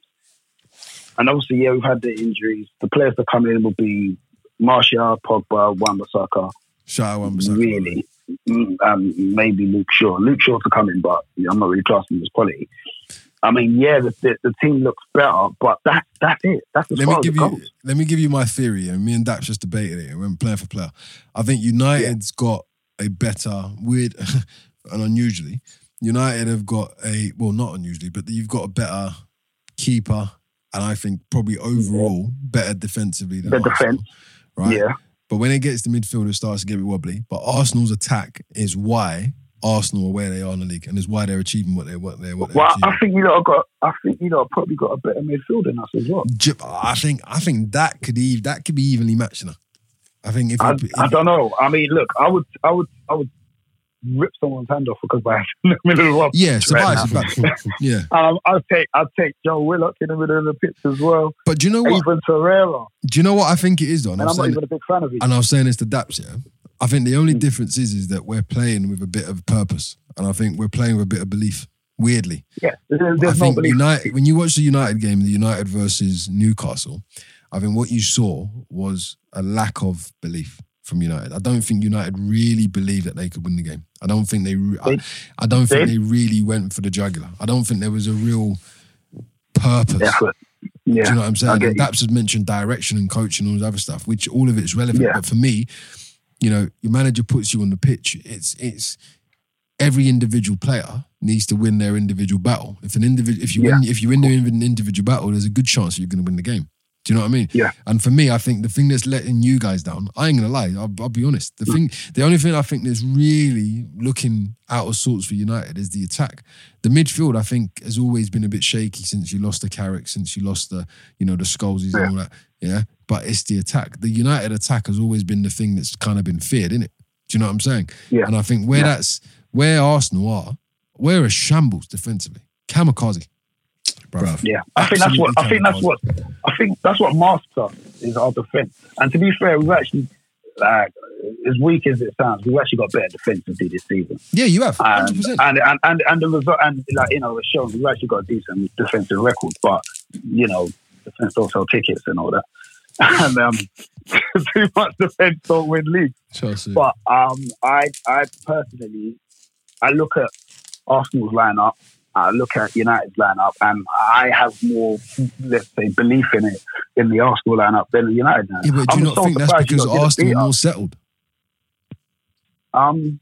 [SPEAKER 4] and obviously, yeah, we've had the injuries. The players that come in will be Martial, Pogba, Wan-Bissaka,
[SPEAKER 2] shout out one
[SPEAKER 4] really, Mm, um, maybe Luke Shaw. Luke Shaw to come in, but you know, I'm not really classing him as quality. I mean, yeah, the, the, the team looks better, but that that's it. That's as
[SPEAKER 2] Let
[SPEAKER 4] far
[SPEAKER 2] me
[SPEAKER 4] as
[SPEAKER 2] give
[SPEAKER 4] it
[SPEAKER 2] you.
[SPEAKER 4] goes.
[SPEAKER 2] Let me give you my theory, and me and Daps just debated it. We went player for player. I think United's got a better, weird, and unusually, United have got a well, not unusually, but you've got a better keeper, and I think probably overall better defensively than
[SPEAKER 4] The
[SPEAKER 2] Arsenal,
[SPEAKER 4] defense,
[SPEAKER 2] right?
[SPEAKER 4] yeah,
[SPEAKER 2] But when it gets to midfield, it starts to get a bit wobbly. But Arsenal's attack is why Arsenal are where they are in the league, and is why they're achieving what they what they what they're
[SPEAKER 4] Well,
[SPEAKER 2] achieving.
[SPEAKER 4] I think you lot have got. I think you lot have probably got a better midfield than us as well.
[SPEAKER 2] Ju- I think I think that could eve that could be evenly matched. You know? I think if,
[SPEAKER 4] I,
[SPEAKER 2] you,
[SPEAKER 4] I don't know. I mean, look, I would, I would, I would rip someone's hand off because I in the middle of the world.
[SPEAKER 2] yeah, Tobias
[SPEAKER 4] Right
[SPEAKER 2] is back. yeah,
[SPEAKER 4] Um, I'll take, I'll take Joe Willock in the middle of the pitch as well.
[SPEAKER 2] but do you know what?
[SPEAKER 4] Even Torreira,
[SPEAKER 2] Do you know what I think it is though? And,
[SPEAKER 4] and
[SPEAKER 2] I'm saying,
[SPEAKER 4] I'm not even Hmm. a big fan of him.
[SPEAKER 2] and I was saying this to Daps. Yeah, I think the only difference is is that we're playing with a bit of purpose, and I think we're playing with a bit of belief. Weirdly,
[SPEAKER 4] Yeah, there-
[SPEAKER 2] I
[SPEAKER 4] there's no
[SPEAKER 2] think
[SPEAKER 4] belief.
[SPEAKER 2] United. When you watch the United game, the United versus Newcastle, I think what you saw was a lack of belief from United. I don't think United really believed that they could win the game. I don't think they. re- I,
[SPEAKER 4] They-
[SPEAKER 2] I don't think
[SPEAKER 4] they-
[SPEAKER 2] they really went for the jugular. I don't think there was a real purpose.
[SPEAKER 4] Yeah, but-
[SPEAKER 2] Do you
[SPEAKER 4] yeah.
[SPEAKER 2] know what I'm saying?
[SPEAKER 4] I
[SPEAKER 2] And
[SPEAKER 4] get you.
[SPEAKER 2] Daps has mentioned direction and coaching and all this other stuff, which all of it's relevant.
[SPEAKER 4] Yeah.
[SPEAKER 2] But for me, you know, your manager puts you on the pitch. It's it's every individual player needs to win their individual battle. If an individual, if you win, if you win the indiv- individual battle, there's a good chance that you're going to win the game. Do you know what I mean?
[SPEAKER 4] Yeah.
[SPEAKER 2] And for me, I think the thing that's letting you guys down, I ain't gonna lie, I'll, I'll be honest.
[SPEAKER 4] Mm.
[SPEAKER 2] The thing, the only thing I think that's really looking out of sorts for United is the attack. The midfield, I think, has always been a bit shaky since you lost the Carrick, since you lost the, you know, the Scolesies
[SPEAKER 4] Yeah.
[SPEAKER 2] and all that. Yeah. But it's the attack. The United attack has always been the thing that's kind of been feared, innit? Do you know what I'm saying?
[SPEAKER 4] Yeah.
[SPEAKER 2] And I think where
[SPEAKER 4] Yeah.
[SPEAKER 2] that's where Arsenal are, we're a shambles defensively. Kamikaze. Bruv.
[SPEAKER 4] Yeah, I think that's what I think that's
[SPEAKER 2] Absolutely
[SPEAKER 4] what I think that's what masks us is our defense. And to be fair, we've actually like as weak as it sounds, we've actually got better defensively this season.
[SPEAKER 2] Yeah, you have.
[SPEAKER 4] And
[SPEAKER 2] 100%.
[SPEAKER 4] and, and and and the result and like you know, it's shown we've actually got a decent defensive record, but you know, defense don't sell tickets and all that. And um, too much defense don't win leagues.
[SPEAKER 2] Chelsea.
[SPEAKER 4] But um, I I personally I look at Arsenal's lineup, I look at United's lineup, and I have more let's say belief in it in the Arsenal lineup than the United lineup.
[SPEAKER 2] Yeah, but do
[SPEAKER 4] I'm
[SPEAKER 2] you not
[SPEAKER 4] so
[SPEAKER 2] think that's
[SPEAKER 4] surprised you
[SPEAKER 2] because
[SPEAKER 4] lot didn't
[SPEAKER 2] Arsenal
[SPEAKER 4] beat
[SPEAKER 2] are
[SPEAKER 4] us.
[SPEAKER 2] more settled?
[SPEAKER 4] Um,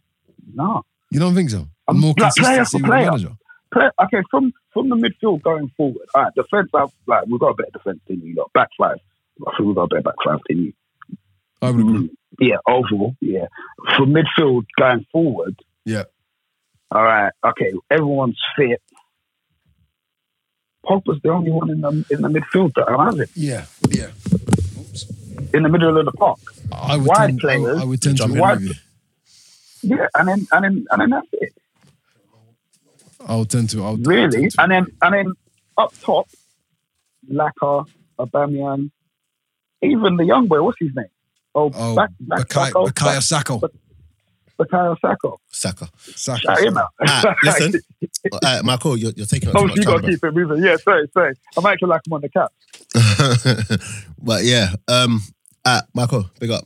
[SPEAKER 4] no.
[SPEAKER 2] You don't think so?
[SPEAKER 4] Um,
[SPEAKER 2] And more
[SPEAKER 4] like, player
[SPEAKER 2] consistency
[SPEAKER 4] for
[SPEAKER 2] with the
[SPEAKER 4] player.
[SPEAKER 2] manager.
[SPEAKER 4] Play- okay, from from the midfield going forward, all right, defense, I've, like we've got a better defense than you. Lot. Back five, I think we've got a better back five than you.
[SPEAKER 2] I would agree.
[SPEAKER 4] Mm, Yeah, overall, yeah. For midfield going forward,
[SPEAKER 2] Yeah.
[SPEAKER 4] All right, okay, everyone's fit. Pogba's the only one in the in the midfield that has it
[SPEAKER 2] Yeah, yeah.
[SPEAKER 4] in the middle of the park.
[SPEAKER 2] I would
[SPEAKER 4] Wide
[SPEAKER 2] tend, I, would-
[SPEAKER 4] players,
[SPEAKER 2] I would tend to
[SPEAKER 4] jump
[SPEAKER 2] agree
[SPEAKER 4] in.
[SPEAKER 2] with you.
[SPEAKER 4] Yeah, and then and then and then that's it
[SPEAKER 2] I would tend to. I would, I would
[SPEAKER 4] really.
[SPEAKER 2] tend to.
[SPEAKER 4] And then and then up top, Laka, Aubameyang, even the young boy, what's his name? Oh,
[SPEAKER 2] Oh,
[SPEAKER 4] back, back,
[SPEAKER 2] Bakay-
[SPEAKER 4] back, oh,
[SPEAKER 2] Bakaya Sako.
[SPEAKER 4] back, Bakayo Sako.
[SPEAKER 1] Saka.
[SPEAKER 2] Sako.
[SPEAKER 4] Shout him out.
[SPEAKER 1] Ah, listen. Uh, Michael, you're, you're taking up too
[SPEAKER 4] Oh,
[SPEAKER 1] much
[SPEAKER 4] you got to
[SPEAKER 1] time.
[SPEAKER 4] keep it moving. Yeah, sorry, sorry. I might actually like him on the couch.
[SPEAKER 1] bro. but yeah, um, ah, Michael, big up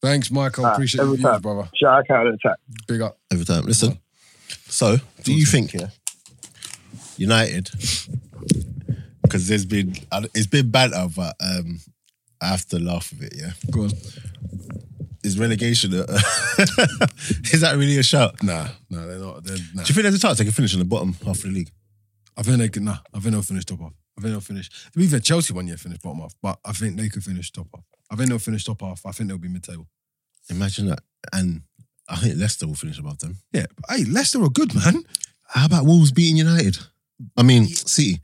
[SPEAKER 2] Thanks, Michael.
[SPEAKER 4] Ah,
[SPEAKER 2] Appreciate you,
[SPEAKER 4] every time.
[SPEAKER 2] brother.
[SPEAKER 4] Shout out Kyle in the chat.
[SPEAKER 2] Big up.
[SPEAKER 1] every time. Listen, so do you think yeah, United? Because there's been uh, it's been banter, but um, I have to laugh of it. Yeah,
[SPEAKER 2] Go on.
[SPEAKER 1] is relegation? A, is that really a shout?
[SPEAKER 2] Nah, nah, they're not. They're, nah.
[SPEAKER 1] Do you think there's a chance they can finish in the bottom half of the league?
[SPEAKER 2] I think they could. Nah, I think they'll finish top half. I think they'll finish. To be fair, Chelsea one year finished bottom half, but I think they could finish top half. I think they'll finish top half. I think they'll be mid table.
[SPEAKER 1] Imagine that, and I think Leicester will finish above them.
[SPEAKER 2] Yeah. but, Hey, Leicester are good, man.
[SPEAKER 1] How about Wolves beating United? I mean, City.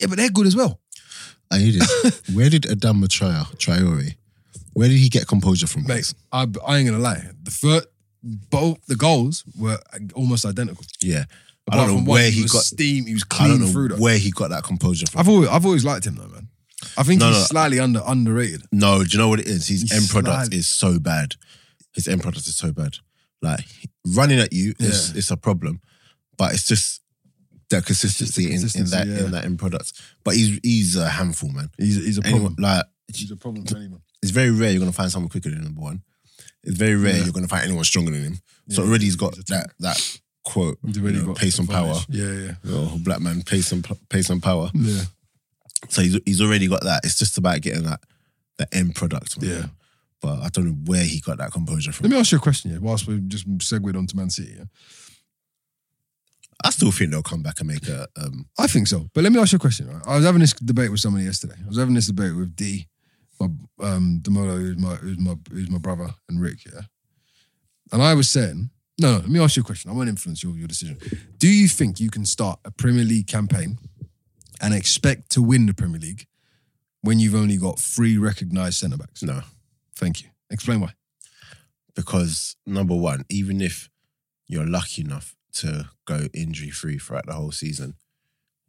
[SPEAKER 2] Yeah, but they're good as well.
[SPEAKER 1] I need it. Where did Adam Traore, Traore? Where did he get composure from?
[SPEAKER 2] Mate, I, I ain't gonna lie. The first, both the goals were almost identical.
[SPEAKER 1] Yeah, I don't
[SPEAKER 2] Apart from
[SPEAKER 1] know
[SPEAKER 2] one,
[SPEAKER 1] where he
[SPEAKER 2] was
[SPEAKER 1] got.
[SPEAKER 2] steam. He was
[SPEAKER 1] I don't
[SPEAKER 2] clean through.
[SPEAKER 1] know
[SPEAKER 2] Them.
[SPEAKER 1] where he got that composure from.
[SPEAKER 2] I've always, I've always liked him though, man. I think
[SPEAKER 1] No,
[SPEAKER 2] he's
[SPEAKER 1] no.
[SPEAKER 2] slightly under underrated.
[SPEAKER 1] no, do you know what it is? His
[SPEAKER 2] He's
[SPEAKER 1] end product
[SPEAKER 2] sly.
[SPEAKER 1] is so bad. His end product is so bad. Like running at you is
[SPEAKER 2] Yeah.
[SPEAKER 1] it's a problem, but it's just that consistency,
[SPEAKER 2] consistency,
[SPEAKER 1] in, in that
[SPEAKER 2] yeah.
[SPEAKER 1] in that end product. But he's he's a handful, man.
[SPEAKER 2] He's, he's a
[SPEAKER 1] Anyone,
[SPEAKER 2] problem.
[SPEAKER 1] like
[SPEAKER 2] He's a problem for anyone.
[SPEAKER 1] it's very rare you're gonna find someone quicker than him, number one. It's very rare
[SPEAKER 2] Yeah.
[SPEAKER 1] you're gonna find anyone stronger than him. So
[SPEAKER 2] Yeah.
[SPEAKER 1] already he's got
[SPEAKER 2] He's a tank.
[SPEAKER 1] that that quote,
[SPEAKER 2] He's
[SPEAKER 1] you
[SPEAKER 2] already
[SPEAKER 1] know,
[SPEAKER 2] got
[SPEAKER 1] pace and power.
[SPEAKER 2] advantage. Yeah, yeah,
[SPEAKER 1] Oh, black man, pace and pace and power.
[SPEAKER 2] yeah.
[SPEAKER 1] So he's he's already got that. It's just about getting that the end product. man.
[SPEAKER 2] Yeah.
[SPEAKER 1] But I don't know where he got that composure
[SPEAKER 2] Let
[SPEAKER 1] from.
[SPEAKER 2] me ask you a question, yeah. Whilst we just segued onto Man City, yeah.
[SPEAKER 1] I still think they'll come back and make a um
[SPEAKER 2] I think so. But let me ask you a question. Right? I was having this debate with somebody yesterday. I was having this debate with D, my um Demolo, who's my who's my who's my brother, and Rick, yeah. And I was saying, no, no, let me ask you a question. I won't influence your, your decision. Do you think you can start a Premier League campaign and expect to win the Premier League when you've only got three recognised centre backs?
[SPEAKER 1] no.
[SPEAKER 2] Thank you. Explain why.
[SPEAKER 1] Because number one, even if you're lucky enough to go injury free throughout the whole season,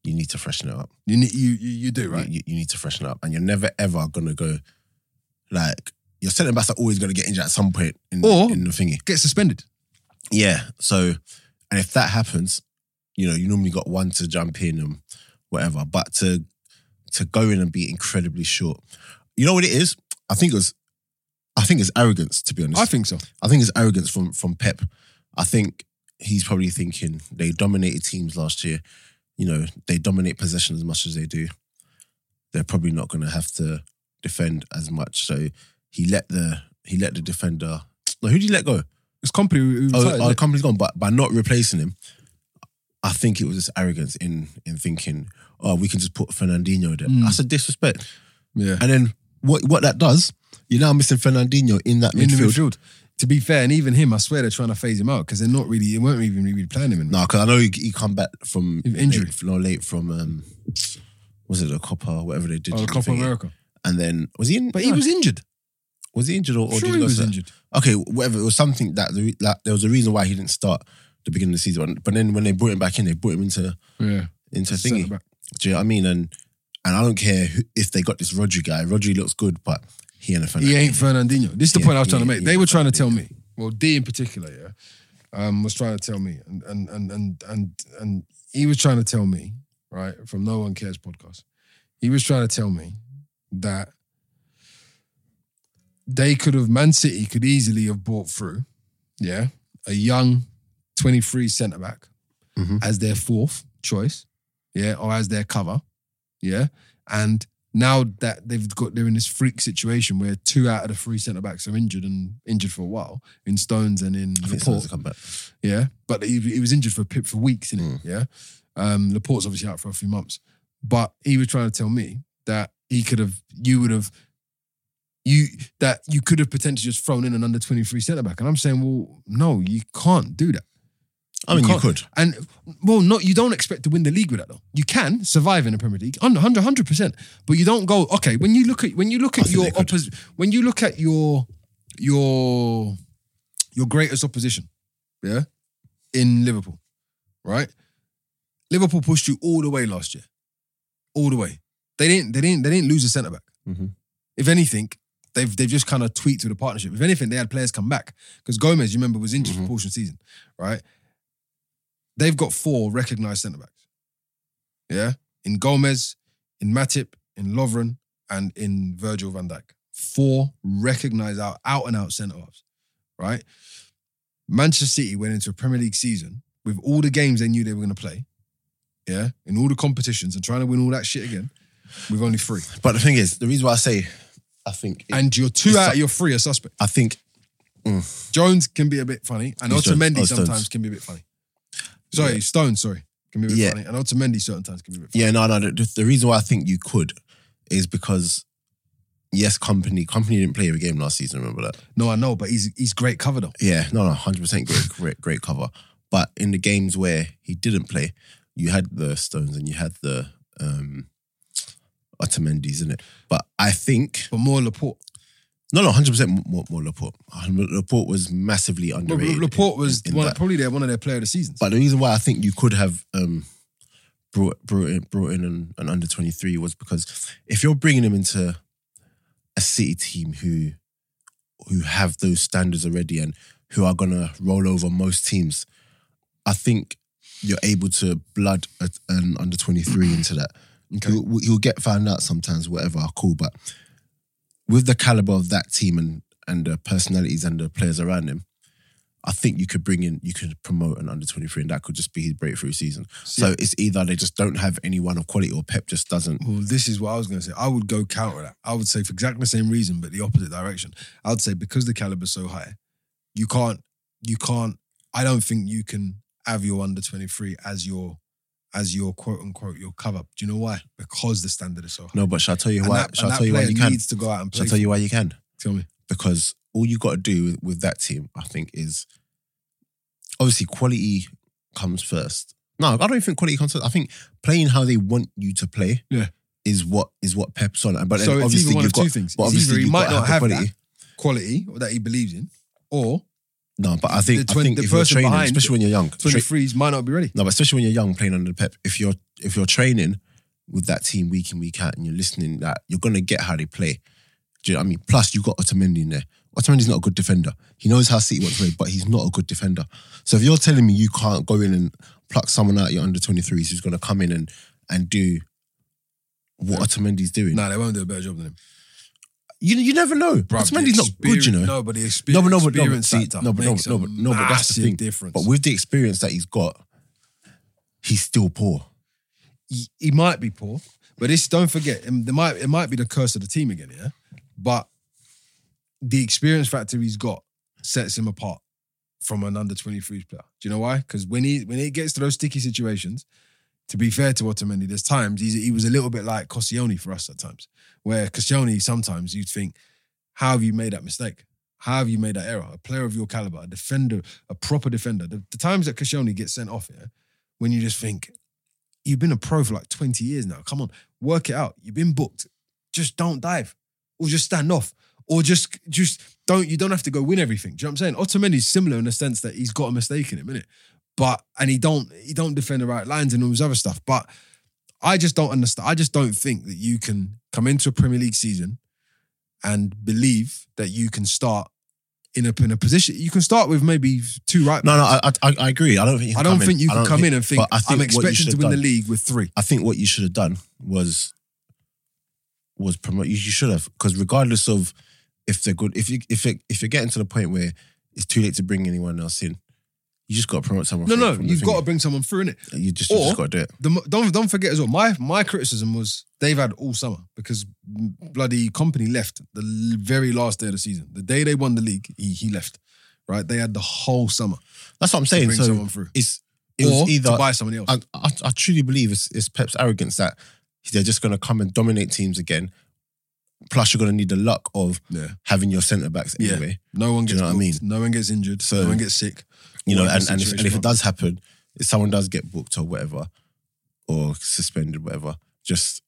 [SPEAKER 1] you need to freshen it up.
[SPEAKER 2] You need you you, you do, right?
[SPEAKER 1] You, you need to freshen up. And you're never ever gonna go like your centre backs are always gonna get injured at some point in,
[SPEAKER 2] Or-
[SPEAKER 1] in the thingy.
[SPEAKER 2] Get suspended.
[SPEAKER 1] Yeah. So, and if that happens, you know, you normally got one to jump in and whatever. But to to go in and be incredibly short, you know what it is? I think it was, I think it's arrogance. To be honest,
[SPEAKER 2] I think so.
[SPEAKER 1] I think it's arrogance from from Pep. I think he's probably thinking they dominated teams last year. You know, they dominate possession as much as they do. They're probably not going to have to defend as much. So he let the he let the defender. No, who did he let go?
[SPEAKER 2] It's company who who
[SPEAKER 1] Oh,
[SPEAKER 2] decided
[SPEAKER 1] our
[SPEAKER 2] it.
[SPEAKER 1] company's gone, but by not replacing him, I think it was just arrogance in in thinking, oh, we can just put Fernandinho there.
[SPEAKER 2] Mm.
[SPEAKER 1] That's a disrespect.
[SPEAKER 2] yeah.
[SPEAKER 1] And then what what that does, you're now missing Fernandinho in that
[SPEAKER 2] in the
[SPEAKER 1] midfield.
[SPEAKER 2] midfield. To be fair, and even him, I swear they're trying to phase him out because they're not really, they weren't even really playing him. In
[SPEAKER 1] No, because I know he, he come back from
[SPEAKER 2] With injury.
[SPEAKER 1] late, no late from um, was it the Copa, whatever they did,
[SPEAKER 2] oh,
[SPEAKER 1] to
[SPEAKER 2] the
[SPEAKER 1] the
[SPEAKER 2] Copa
[SPEAKER 1] thingy.
[SPEAKER 2] America.
[SPEAKER 1] and then was he in?
[SPEAKER 2] But he
[SPEAKER 1] no,
[SPEAKER 2] was injured.
[SPEAKER 1] was he injured or, or
[SPEAKER 2] sure,
[SPEAKER 1] did
[SPEAKER 2] he
[SPEAKER 1] go
[SPEAKER 2] was
[SPEAKER 1] to-
[SPEAKER 2] injured.
[SPEAKER 1] Okay, whatever. It was something that the, re- like, there was a reason why he didn't start the beginning of the season. But then when they brought him back in, they brought him into
[SPEAKER 2] Yeah.
[SPEAKER 1] into thingy.
[SPEAKER 2] Centre back.
[SPEAKER 1] Do you know what I mean? And and I don't care who, if they got this Rodri guy. Rodri looks good, but he ain't a fan.
[SPEAKER 2] He ain't Fernandinho. This is the
[SPEAKER 1] Yeah,
[SPEAKER 2] point I was trying
[SPEAKER 1] yeah,
[SPEAKER 2] to make.
[SPEAKER 1] yeah,
[SPEAKER 2] They were trying to
[SPEAKER 1] Fernandinho.
[SPEAKER 2] tell me. Well, D in particular, yeah, um, was trying to tell me, and and and and and and he was trying to tell me, right, from No One Cares podcast, he was trying to tell me that they could have Man City could easily have brought through, yeah, a young twenty three centre back
[SPEAKER 1] Mhm.
[SPEAKER 2] as their fourth choice, yeah, or as their cover, yeah, and now that they've got they're in this freak situation where two out of the three centre backs are injured and injured for a while in Stones and in
[SPEAKER 1] I think
[SPEAKER 2] Laporte.
[SPEAKER 1] Stones will come back.
[SPEAKER 2] Yeah, but he, he was injured for pi- for weeks, innit?
[SPEAKER 1] Mm.
[SPEAKER 2] Yeah, um, Laporte's obviously out for a few months, but he was trying to tell me that he could have, you would have, you that you could have potentially just thrown in an under twenty three centre back, and I'm saying, well, no, you can't do that.
[SPEAKER 1] I mean, you
[SPEAKER 2] can't-
[SPEAKER 1] could.
[SPEAKER 2] And well, not you don't expect to win the league with that though. You can survive in the Premier League, 100 percent. But you don't go okay when you look at when you look
[SPEAKER 1] I
[SPEAKER 2] at
[SPEAKER 1] think
[SPEAKER 2] your
[SPEAKER 1] they could.
[SPEAKER 2] oppos- when you look at your your your greatest opposition, yeah, in Liverpool, right? Liverpool pushed you all the way last year, all the way. They didn't they didn't they didn't lose a centre back.
[SPEAKER 1] Mhm.
[SPEAKER 2] If anything, They've they've just kind of tweaked with the partnership. If anything, they had players come back because Gomez, you remember, was injured for
[SPEAKER 1] Mhm.
[SPEAKER 2] a portion of the season, right? They've got four recognized centre backs. Yeah, in Gomez, in Matip, in Lovren, and in Virgil Van Dijk. Four recognized out out and out centre halves, right? Manchester City went into a Premier League season with all the games they knew they were going to play, yeah, in all the competitions and trying to win all that shit again with only three.
[SPEAKER 1] But the thing is, the reason why I say, I think, it-
[SPEAKER 2] And your two
[SPEAKER 1] It's
[SPEAKER 2] out
[SPEAKER 1] like-
[SPEAKER 2] of your three are suspect.
[SPEAKER 1] I think,
[SPEAKER 2] Jones can be a bit funny, and
[SPEAKER 1] He's Jones.
[SPEAKER 2] Otamendi
[SPEAKER 1] Oh, Stones.
[SPEAKER 2] sometimes can be a bit funny. Sorry,
[SPEAKER 1] Yeah.
[SPEAKER 2] Stone, sorry, can be a bit
[SPEAKER 1] Yeah.
[SPEAKER 2] funny, and Otamendi certain times can be a bit funny.
[SPEAKER 1] yeah, no, no. The, the reason why I think you could is because, yes, company, company didn't play every game last season. Remember that?
[SPEAKER 2] No, I know, but he's he's great cover though.
[SPEAKER 1] Yeah, no, no, hundred percent great, great, great cover. But in the games where he didn't play, you had the Stones and you had the um Otamendi's in it. But I think
[SPEAKER 2] But more Laporte.
[SPEAKER 1] no, no, hundred percent more, more Laporte. Laporte was massively
[SPEAKER 2] Well,
[SPEAKER 1] underrated. in-
[SPEAKER 2] Laporte was
[SPEAKER 1] in- in
[SPEAKER 2] one,
[SPEAKER 1] that.
[SPEAKER 2] probably their one of their player of the season.
[SPEAKER 1] But the reason why I think you could have um, brought brought in, brought in an, an under twenty three was because if you're bringing him into a city team who who have those standards already and who are gonna roll over most teams, I think you're able to blood a, an under twenty three into that. He'll, he'll get found out sometimes, whatever. Cool, but with the caliber of that team and and the personalities and the players around him, I think you could bring in, you could promote an under 23, and that could just be his breakthrough season. So it's either they just don't have anyone of quality or Pep just doesn't.
[SPEAKER 2] Well, this is what I was going to say. I would go counter that. I would say for exactly the same reason, but the opposite direction. I would say because the caliber's so high, you can't, you can't. I don't think you can have your under twenty three as your, as your quote unquote your cover. Do you know why? Because the standard is so high.
[SPEAKER 1] No, but shall I tell you
[SPEAKER 2] And
[SPEAKER 1] why?
[SPEAKER 2] that-
[SPEAKER 1] shall
[SPEAKER 2] and
[SPEAKER 1] I
[SPEAKER 2] that
[SPEAKER 1] tell you why
[SPEAKER 2] player
[SPEAKER 1] you can?
[SPEAKER 2] Needs to go out and play.
[SPEAKER 1] Shall I tell you why you can?
[SPEAKER 2] Tell me.
[SPEAKER 1] Because all you got to do with, with that team, I think, is obviously quality comes first. No, I don't even think quality comes first. I think playing how they want you to play
[SPEAKER 2] Yeah.
[SPEAKER 1] is what is what Pep's on. But then
[SPEAKER 2] so it's
[SPEAKER 1] obviously
[SPEAKER 2] either one
[SPEAKER 1] you've
[SPEAKER 2] of two
[SPEAKER 1] got,
[SPEAKER 2] things.
[SPEAKER 1] but
[SPEAKER 2] It's
[SPEAKER 1] obviously
[SPEAKER 2] either he
[SPEAKER 1] you've got
[SPEAKER 2] might
[SPEAKER 1] to
[SPEAKER 2] not
[SPEAKER 1] the
[SPEAKER 2] have
[SPEAKER 1] quality.
[SPEAKER 2] that quality or that he believes in, or
[SPEAKER 1] No, but I think
[SPEAKER 2] The
[SPEAKER 1] I
[SPEAKER 2] twen-
[SPEAKER 1] think
[SPEAKER 2] the
[SPEAKER 1] if you're
[SPEAKER 2] person
[SPEAKER 1] training,
[SPEAKER 2] behind-
[SPEAKER 1] especially when you're young,
[SPEAKER 2] twenty
[SPEAKER 1] tra-
[SPEAKER 2] threes might not be ready.
[SPEAKER 1] No, but especially when you're young playing under Pep, if you're if you're training with that team week in week out and you're listening, that you're gonna get how they play. Do you know what I mean? Plus, you got Otamendi in there. Otamendi's not a good defender. He knows how City want to play, but he's not a good defender. So if you're telling me you can't go in and pluck someone out your under 23s who's gonna come in and and do what Otamendi's doing,
[SPEAKER 2] No, they won't do a better job than him.
[SPEAKER 1] you you never know.
[SPEAKER 2] Bruv, the
[SPEAKER 1] Otamendi's not good, you
[SPEAKER 2] experience-
[SPEAKER 1] know.
[SPEAKER 2] No, but the exper-
[SPEAKER 1] No, but no, but no, but
[SPEAKER 2] experience
[SPEAKER 1] see,
[SPEAKER 2] factor
[SPEAKER 1] no, but no,
[SPEAKER 2] makes
[SPEAKER 1] but no,
[SPEAKER 2] a
[SPEAKER 1] but no, but that's the
[SPEAKER 2] massive
[SPEAKER 1] thing.
[SPEAKER 2] difference.
[SPEAKER 1] But with the experience that he's got, he's still poor.
[SPEAKER 2] he, he might be poor, but it's don't forget. um, There might it might be the curse of the team again, yeah. But the experience factor he's got sets him apart from an under 23s player. Do you know why? Because when he when it gets to those sticky situations, to be fair to Otamendi, there's times he's, he was a little bit like Koscielny for us at times, where Koscielny sometimes you'd think, how have you made that mistake? How have you made that error? A player of your caliber, a defender, a proper defender. The, the times that Koscielny gets sent off here, when you just think, you've been a pro for like 20 years now. Come on, work it out. You've been booked. Just don't dive or just stand off or just just don't you don't have to go win everything. Do you know what I'm saying? Otamendi's similar in the sense that he's got a mistake in him, innit? But and he don't he don't defend the right lines and all this other stuff. But I just don't understand. I just don't think that you can come into a Premier League season and believe that you can start in a, in a position. You can start with maybe two right.
[SPEAKER 1] No, no, I I, I- I agree. I don't think you
[SPEAKER 2] I
[SPEAKER 1] can
[SPEAKER 2] don't
[SPEAKER 1] come
[SPEAKER 2] think
[SPEAKER 1] in.
[SPEAKER 2] you
[SPEAKER 1] I
[SPEAKER 2] can
[SPEAKER 1] don't
[SPEAKER 2] come in and think,
[SPEAKER 1] but I think
[SPEAKER 2] I'm
[SPEAKER 1] what you should
[SPEAKER 2] expecting to
[SPEAKER 1] have
[SPEAKER 2] win the
[SPEAKER 1] done-
[SPEAKER 2] league with three.
[SPEAKER 1] I think what you should have done was was promote. You, you should have because regardless of if they're good, if you if you if you're getting to the point where it's too late to bring anyone else in, you just got to promote someone.
[SPEAKER 2] No,
[SPEAKER 1] from-
[SPEAKER 2] no,
[SPEAKER 1] from the
[SPEAKER 2] you've
[SPEAKER 1] thing.
[SPEAKER 2] got to bring someone through in it.
[SPEAKER 1] You just, you
[SPEAKER 2] or-
[SPEAKER 1] just got to do it.
[SPEAKER 2] The, mo- don't don't forget as well. My my criticism was they've had all summer because bloody company left the l- very last day of the season. The day they won the league, he, he left. Right, they had the whole summer
[SPEAKER 1] That's what I'm
[SPEAKER 2] to
[SPEAKER 1] saying.
[SPEAKER 2] bring someone
[SPEAKER 1] So
[SPEAKER 2] through,
[SPEAKER 1] it's it
[SPEAKER 2] or
[SPEAKER 1] was either
[SPEAKER 2] to buy somebody else.
[SPEAKER 1] I, I, I truly believe it's, it's Pep's arrogance that they're just going to come and dominate teams again. Plus, you're going to need the luck of
[SPEAKER 2] yeah,
[SPEAKER 1] having your centre backs
[SPEAKER 2] Yeah.
[SPEAKER 1] anyway.
[SPEAKER 2] no one
[SPEAKER 1] Do
[SPEAKER 2] gets.
[SPEAKER 1] you know what I
[SPEAKER 2] booked, No one gets injured.
[SPEAKER 1] So-
[SPEAKER 2] no one gets sick.
[SPEAKER 1] You know,
[SPEAKER 2] Whatever
[SPEAKER 1] and, and, if,
[SPEAKER 2] situation
[SPEAKER 1] and if it
[SPEAKER 2] might
[SPEAKER 1] does happen, if someone does get booked or whatever, or suspended, whatever, just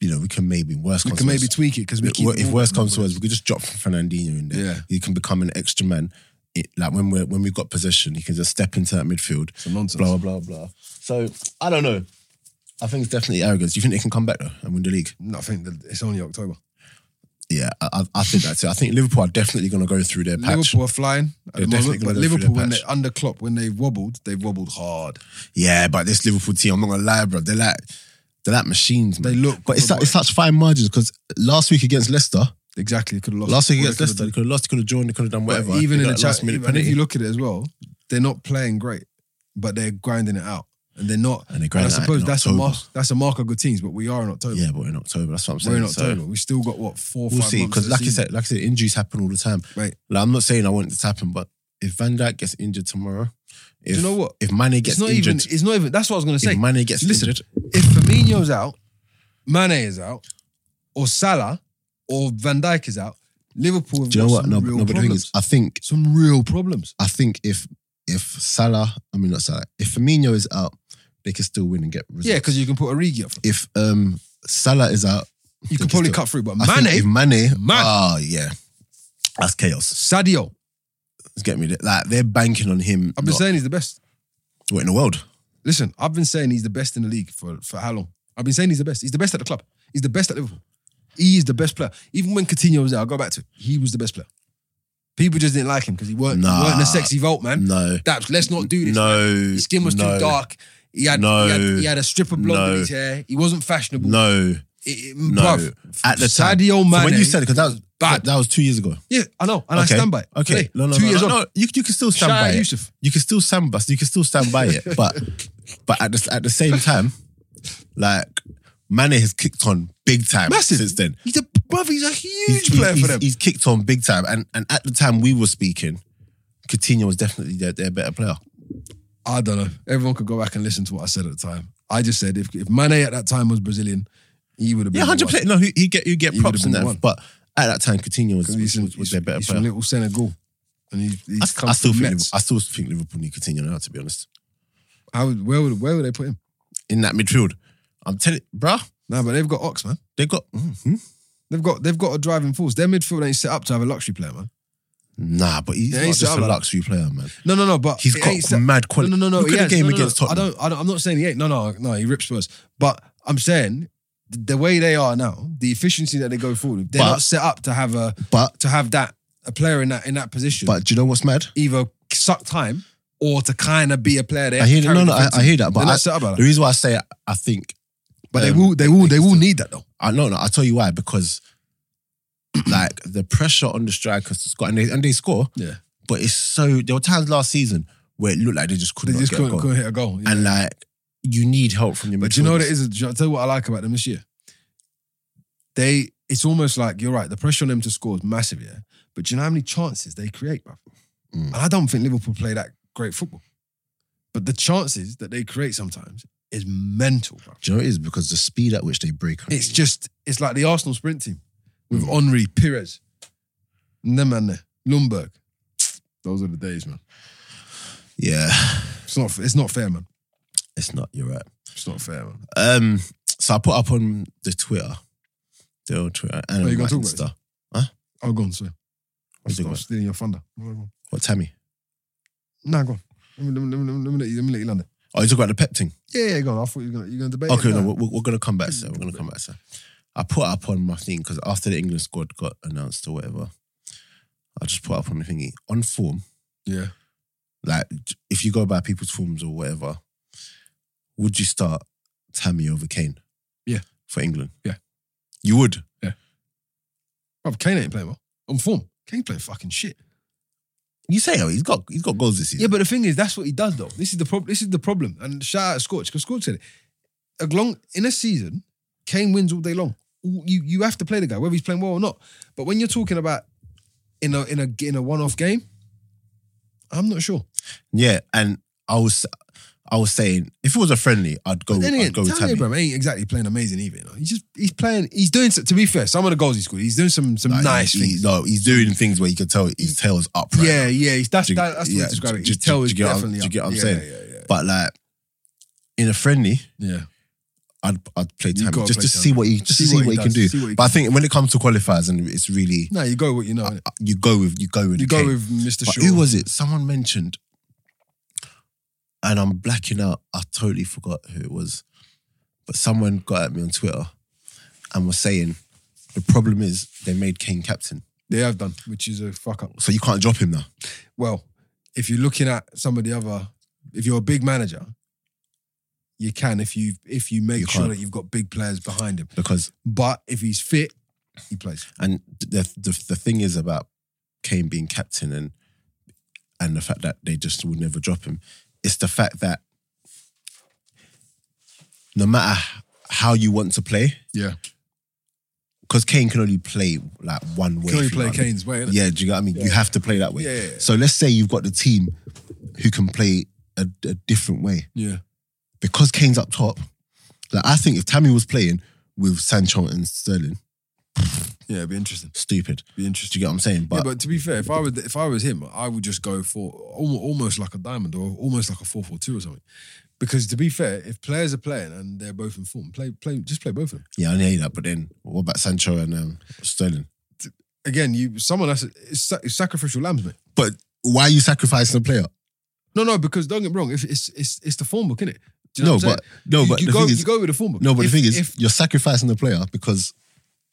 [SPEAKER 1] you know, we can maybe worst
[SPEAKER 2] be. we
[SPEAKER 1] comes
[SPEAKER 2] can
[SPEAKER 1] to
[SPEAKER 2] maybe
[SPEAKER 1] worst-
[SPEAKER 2] tweak it because we keep
[SPEAKER 1] if worst comes to
[SPEAKER 2] yeah.
[SPEAKER 1] worst, we could just drop Fernandinho in there.
[SPEAKER 2] yeah,
[SPEAKER 1] He can become an extra man. It, like when we're when we've got possession, he can just step into that midfield.
[SPEAKER 2] some nonsense.
[SPEAKER 1] Blah blah blah. So I don't know. I think it's definitely arrogance. Do you think they can come back though and win the league?
[SPEAKER 2] No, I think that it's only October.
[SPEAKER 1] Yeah, I, I- I think that's it. I think Liverpool are definitely going to go throrough their patch.
[SPEAKER 2] Liverpool are flying at
[SPEAKER 1] They're
[SPEAKER 2] the
[SPEAKER 1] definitely
[SPEAKER 2] moment,
[SPEAKER 1] gonna go
[SPEAKER 2] but
[SPEAKER 1] through
[SPEAKER 2] Liverpool,
[SPEAKER 1] their
[SPEAKER 2] when
[SPEAKER 1] patch.
[SPEAKER 2] they under Klopp, when they've wobbled, they've wobbled hard.
[SPEAKER 1] Yeah, but this Liverpool team, I'm not going to lie, bro. They're like, they're like machines, man.
[SPEAKER 2] They look
[SPEAKER 1] but it's,
[SPEAKER 2] good,
[SPEAKER 1] like, it's such fine margins because last week against Leicester,
[SPEAKER 2] Exactly, could have lost.
[SPEAKER 1] last week
[SPEAKER 2] Or they
[SPEAKER 1] against
[SPEAKER 2] could've
[SPEAKER 1] Leicester, they could have lost, they could have joined, they could have done
[SPEAKER 2] But
[SPEAKER 1] whatever.
[SPEAKER 2] even
[SPEAKER 1] They
[SPEAKER 2] in the
[SPEAKER 1] got a
[SPEAKER 2] chat,
[SPEAKER 1] last minute
[SPEAKER 2] even if
[SPEAKER 1] penalty.
[SPEAKER 2] you look at it as well, they're not playing great, but they're grinding it out, and they're not.
[SPEAKER 1] And they're
[SPEAKER 2] I
[SPEAKER 1] grinding it out
[SPEAKER 2] suppose
[SPEAKER 1] in
[SPEAKER 2] that's a
[SPEAKER 1] October.
[SPEAKER 2] mark. That's a mark of good teams, but we are in October.
[SPEAKER 1] yeah, but in October, that's what I'm saying.
[SPEAKER 2] We're in
[SPEAKER 1] So-
[SPEAKER 2] October. we still got what four,
[SPEAKER 1] We'll
[SPEAKER 2] five
[SPEAKER 1] see.
[SPEAKER 2] months.
[SPEAKER 1] Because
[SPEAKER 2] of
[SPEAKER 1] like
[SPEAKER 2] the
[SPEAKER 1] I
[SPEAKER 2] season.
[SPEAKER 1] said, like I said, injuries happen all the time.
[SPEAKER 2] Right.
[SPEAKER 1] Like I'm not saying I want it to happen, but if Van Dijk gets injured tomorrow, if,
[SPEAKER 2] you know what?
[SPEAKER 1] If Mane
[SPEAKER 2] it's
[SPEAKER 1] gets
[SPEAKER 2] not
[SPEAKER 1] injured,
[SPEAKER 2] even. It's not even. That's what I was going to say.
[SPEAKER 1] if Mane gets
[SPEAKER 2] Listen,
[SPEAKER 1] injured,
[SPEAKER 2] if Firmino's out, Mane is out, or Salah, or Van Dijk is out, Liverpool have
[SPEAKER 1] do you know
[SPEAKER 2] got
[SPEAKER 1] what?
[SPEAKER 2] some
[SPEAKER 1] No, no,
[SPEAKER 2] real
[SPEAKER 1] but the thing
[SPEAKER 2] problems.
[SPEAKER 1] is, I think
[SPEAKER 2] some real problems.
[SPEAKER 1] I think if if Salah, I mean not Salah, if Firmino is out, they can still win and get results.
[SPEAKER 2] Yeah, because you can put Origi up. front.
[SPEAKER 1] if um Salah is out, They
[SPEAKER 2] You could probably
[SPEAKER 1] just-
[SPEAKER 2] cut through, but
[SPEAKER 1] I think if
[SPEAKER 2] Mane,
[SPEAKER 1] Mane,
[SPEAKER 2] Man.
[SPEAKER 1] ah yeah, that's chaos.
[SPEAKER 2] Sadio,
[SPEAKER 1] Get me there. like they're banking on him.
[SPEAKER 2] I've been
[SPEAKER 1] not-
[SPEAKER 2] saying he's the best.
[SPEAKER 1] what in the world?
[SPEAKER 2] Listen, I've been saying he's the best in the league for, for how long? I've been saying he's the best. He's the best at the club. He's the best at Liverpool. He is the best player. Even when Coutinho was there, I'll go back to it. He was the best player. People just didn't like him because he weren't,
[SPEAKER 1] Nah.
[SPEAKER 2] he weren't a sexy vote, man.
[SPEAKER 1] No,
[SPEAKER 2] That's, let's not do this.
[SPEAKER 1] no.
[SPEAKER 2] His skin was
[SPEAKER 1] no,
[SPEAKER 2] too dark. He had,
[SPEAKER 1] No.
[SPEAKER 2] he had he had a strip of blonde
[SPEAKER 1] No.
[SPEAKER 2] in his hair. He wasn't fashionable.
[SPEAKER 1] No,
[SPEAKER 2] It- it-
[SPEAKER 1] No.
[SPEAKER 2] bruv,
[SPEAKER 1] at the time.
[SPEAKER 2] Sadio Mane.
[SPEAKER 1] So when you said it, because that was
[SPEAKER 2] Bad.
[SPEAKER 1] that was two years ago.
[SPEAKER 2] yeah, I know, and
[SPEAKER 1] Okay.
[SPEAKER 2] I stand by it.
[SPEAKER 1] Okay,
[SPEAKER 2] Today,
[SPEAKER 1] no, no,
[SPEAKER 2] two
[SPEAKER 1] no,
[SPEAKER 2] years
[SPEAKER 1] no,
[SPEAKER 2] on.
[SPEAKER 1] no, you, you can still stand
[SPEAKER 2] Shout
[SPEAKER 1] by
[SPEAKER 2] out
[SPEAKER 1] it.
[SPEAKER 2] Yusuf.
[SPEAKER 1] You can still stand by, you can still stand by it, but but at the at the same time, like Mane has kicked on big time
[SPEAKER 2] Massive.
[SPEAKER 1] since then.
[SPEAKER 2] He's a bruv. He's a
[SPEAKER 1] He's-
[SPEAKER 2] huge player
[SPEAKER 1] he's-
[SPEAKER 2] for them.
[SPEAKER 1] He's kicked on big time, and and at the time we were speaking, Coutinho was definitely their, their better player.
[SPEAKER 2] I don't know. Everyone could go back and listen to what I said at the time. I just said if, if Mane at that time was Brazilian, he would have been.
[SPEAKER 1] Yeah, hundred percent. No, he, he get you get
[SPEAKER 2] He
[SPEAKER 1] props
[SPEAKER 2] would've
[SPEAKER 1] in
[SPEAKER 2] been
[SPEAKER 1] that,
[SPEAKER 2] one.
[SPEAKER 1] but at that time Coutinho was
[SPEAKER 2] Because
[SPEAKER 1] was,
[SPEAKER 2] he's,
[SPEAKER 1] was,
[SPEAKER 2] he's,
[SPEAKER 1] their better
[SPEAKER 2] he's
[SPEAKER 1] player.
[SPEAKER 2] from little Senegal, and he, he's
[SPEAKER 1] I,
[SPEAKER 2] come
[SPEAKER 1] I still
[SPEAKER 2] from
[SPEAKER 1] think
[SPEAKER 2] Metz.
[SPEAKER 1] Liverpool- I still think Liverpool need Coutinho now. To be honest,
[SPEAKER 2] How would- where would where would they put him?
[SPEAKER 1] in that midfield, I'm telling, bruh,
[SPEAKER 2] No, but they've got Ox, man.
[SPEAKER 1] they got. mhm.
[SPEAKER 2] They've got they've got a driving force. Their midfield ain't set up to have a luxury player, man.
[SPEAKER 1] Nah, but he's
[SPEAKER 2] Yeah,
[SPEAKER 1] not
[SPEAKER 2] he's
[SPEAKER 1] just
[SPEAKER 2] out
[SPEAKER 1] a
[SPEAKER 2] like that.
[SPEAKER 1] luxury player, man.
[SPEAKER 2] No, no, no. But
[SPEAKER 1] He's
[SPEAKER 2] it
[SPEAKER 1] got
[SPEAKER 2] ain't set-
[SPEAKER 1] mad quality.
[SPEAKER 2] No, no, no, no.
[SPEAKER 1] Look
[SPEAKER 2] he
[SPEAKER 1] at
[SPEAKER 2] has.
[SPEAKER 1] the game
[SPEAKER 2] No, no, no.
[SPEAKER 1] against Tottenham.
[SPEAKER 2] I don't, I don't. I'm not saying he ain't. No, no, no. He rips Spurs, but I'm saying th- the way they are now, the efficiency that they go forward, with, they're
[SPEAKER 1] But-
[SPEAKER 2] not set up to have a
[SPEAKER 1] But
[SPEAKER 2] to have that a player in that in that position.
[SPEAKER 1] but do you know what's mad?
[SPEAKER 2] either suck time or to kind of be a player there.
[SPEAKER 1] I hear that. No, no, I, I hear that. But
[SPEAKER 2] they're
[SPEAKER 1] I,
[SPEAKER 2] not set up like
[SPEAKER 1] the
[SPEAKER 2] that.
[SPEAKER 1] reason why I say I, I think,
[SPEAKER 2] But they
[SPEAKER 1] um,
[SPEAKER 2] will, they will, they will need that though.
[SPEAKER 1] I no, no. I will tell you why because, like the pressure on the strikers to score and they and they score.
[SPEAKER 2] Yeah.
[SPEAKER 1] But it's so there were times last season where it looked like they just
[SPEAKER 2] They
[SPEAKER 1] couldn't
[SPEAKER 2] just
[SPEAKER 1] get a
[SPEAKER 2] couldn't,
[SPEAKER 1] goal.
[SPEAKER 2] couldn't hit a goal. yeah.
[SPEAKER 1] and like you need help from your.
[SPEAKER 2] but do you know what it
[SPEAKER 1] midfielders.
[SPEAKER 2] is? Do you- I'll tell you what I like about them this year. They, it's almost like you're right. The pressure on them to score is massive, yeah. But do you know how many chances they create, bro?
[SPEAKER 1] Mm.
[SPEAKER 2] And I don't think Liverpool play that great football. But the chances that they create sometimes is mental, bro.
[SPEAKER 1] Do you know what it is? Because the speed at which they break. on
[SPEAKER 2] It's
[SPEAKER 1] you.
[SPEAKER 2] just, it's like the Arsenal sprint team with Henri, Pires, and them man there, Lundberg. Those are the days, man.
[SPEAKER 1] yeah,
[SPEAKER 2] It's not. It's not fair, man.
[SPEAKER 1] it's not. You're right.
[SPEAKER 2] It's not fair, man.
[SPEAKER 1] Um, so I put up on the Twitter, the old Twitter and
[SPEAKER 2] Are you
[SPEAKER 1] my
[SPEAKER 2] gonna talk about
[SPEAKER 1] Insta.
[SPEAKER 2] Oh, go on, sir.
[SPEAKER 1] What's it
[SPEAKER 2] Stop
[SPEAKER 1] gonna-
[SPEAKER 2] stealing your thunder. No, go on.
[SPEAKER 1] What Tammy?
[SPEAKER 2] Nah, go on. Let me, let me, let me, let me, let me, let me let you land it.
[SPEAKER 1] Oh, you talk about the pep thing.
[SPEAKER 2] Yeah, yeah, go on. I thought you were gonna, you were gonna debate.
[SPEAKER 1] Okay,
[SPEAKER 2] it.
[SPEAKER 1] no,
[SPEAKER 2] Nah.
[SPEAKER 1] we're, we're gonna come back to that. We're gonna come back to that. I put up on my thing because after the England squad got announced or whatever, I just put up on the thingy on form.
[SPEAKER 2] yeah.
[SPEAKER 1] Like, if you go by people's forms or whatever, would you start Tammy over Kane?
[SPEAKER 2] Yeah.
[SPEAKER 1] for England.
[SPEAKER 2] Yeah.
[SPEAKER 1] you would.
[SPEAKER 2] Bruv, Kane ain't playing well. On form, Kane playing fucking shit.
[SPEAKER 1] You say oh, he's got he's got goals this
[SPEAKER 2] Yeah,
[SPEAKER 1] season.
[SPEAKER 2] but the thing is, that's what he does though. This is the problem. This is the problem. And shout out Scorch because Scorch said it. A long in a season, Kane wins all day long. All- You you have to play the guy whether he's playing well or not. But when you're talking about in a in a in a one off game, I'm not sure.
[SPEAKER 1] Yeah, and I was I was saying if it was a friendly, I'd go.
[SPEAKER 2] But then again,
[SPEAKER 1] I'd go with
[SPEAKER 2] Tammy
[SPEAKER 1] Tammy.
[SPEAKER 2] Abraham ain't exactly playing amazing either. You know? He's just he's playing. He's doing. To be fair, some of the goals he scored, he's doing some some
[SPEAKER 1] Like,
[SPEAKER 2] nice
[SPEAKER 1] he- he-
[SPEAKER 2] things.
[SPEAKER 1] no, he's doing things where you can tell his tail's up. Right
[SPEAKER 2] yeah, yeah. He's, that's
[SPEAKER 1] Do you-
[SPEAKER 2] that, that's the way
[SPEAKER 1] yeah,
[SPEAKER 2] to describe it.
[SPEAKER 1] do-
[SPEAKER 2] His
[SPEAKER 1] do-
[SPEAKER 2] tail
[SPEAKER 1] do
[SPEAKER 2] is
[SPEAKER 1] you get what I'm-
[SPEAKER 2] definitely.
[SPEAKER 1] do you
[SPEAKER 2] up.
[SPEAKER 1] get what I'm
[SPEAKER 2] yeah,
[SPEAKER 1] saying?
[SPEAKER 2] Yeah, yeah,
[SPEAKER 1] But like in a friendly,
[SPEAKER 2] yeah.
[SPEAKER 1] I'd I'd play
[SPEAKER 2] You
[SPEAKER 1] Tammy
[SPEAKER 2] gotta
[SPEAKER 1] just
[SPEAKER 2] play
[SPEAKER 1] to
[SPEAKER 2] Tammy.
[SPEAKER 1] see what he just to see what, he can
[SPEAKER 2] does,
[SPEAKER 1] do.
[SPEAKER 2] see what he
[SPEAKER 1] but I think when it comes to qualifiers, and it's really
[SPEAKER 2] No, you go with you know. innit?
[SPEAKER 1] you go with you go with the
[SPEAKER 2] You go
[SPEAKER 1] Kane.
[SPEAKER 2] with Mr.
[SPEAKER 1] But
[SPEAKER 2] Shaw.
[SPEAKER 1] who was it? Someone mentioned, and I'm blacking out. I totally forgot who it was, but someone got at me on Twitter and was saying The problem is they made Kane captain,
[SPEAKER 2] They have done, which is a fuck up.
[SPEAKER 1] so you can't drop him now.
[SPEAKER 2] Well, if you're looking at some of the other, if you're a big manager, you can if you if you make
[SPEAKER 1] You
[SPEAKER 2] sure
[SPEAKER 1] can't.
[SPEAKER 2] that you've got big players behind him.
[SPEAKER 1] Because
[SPEAKER 2] But if he's fit, he plays.
[SPEAKER 1] and the the, the thing is about Kane being captain and and the fact that they just would never drop him. It's the fact that no matter how you want to play,
[SPEAKER 2] Yeah,
[SPEAKER 1] because Kane can only play like one way.
[SPEAKER 2] can
[SPEAKER 1] if
[SPEAKER 2] only
[SPEAKER 1] you know
[SPEAKER 2] play
[SPEAKER 1] what I mean.
[SPEAKER 2] Kane's way. innit?
[SPEAKER 1] Yeah, do you get what I mean? You
[SPEAKER 2] Yeah.
[SPEAKER 1] have to play that way.
[SPEAKER 2] Yeah, yeah, yeah.
[SPEAKER 1] So let's say you've got the team who can play a, a different way
[SPEAKER 2] yeah,
[SPEAKER 1] because Kane's up top. Like I think if Tammy was playing with Sancho and Sterling,
[SPEAKER 2] yeah. It'd be interesting.
[SPEAKER 1] stupid.
[SPEAKER 2] Be
[SPEAKER 1] Do
[SPEAKER 2] interesting.
[SPEAKER 1] you get what I'm saying?
[SPEAKER 2] yeah, but to be fair, if I was if I was him, I would just go for al- almost like a diamond or almost like a four four two or something. Because to be fair, if players are playing and they're both in form, play play just play both of them.
[SPEAKER 1] yeah, I know that. But then what about Sancho and um, Sterling?
[SPEAKER 2] Again, you someone else it's, sa- it's sacrificial lambs, mate.
[SPEAKER 1] But why are you sacrificing a player?
[SPEAKER 2] No, no, because don't get me wrong, if it's it's it's the form book, innit? Do you know
[SPEAKER 1] No,
[SPEAKER 2] what I'm saying?
[SPEAKER 1] but no,
[SPEAKER 2] you,
[SPEAKER 1] but
[SPEAKER 2] you
[SPEAKER 1] the
[SPEAKER 2] go
[SPEAKER 1] thing is,
[SPEAKER 2] you go with the form book.
[SPEAKER 1] no, but
[SPEAKER 2] If-
[SPEAKER 1] the thing is,
[SPEAKER 2] if-
[SPEAKER 1] you're sacrificing the player because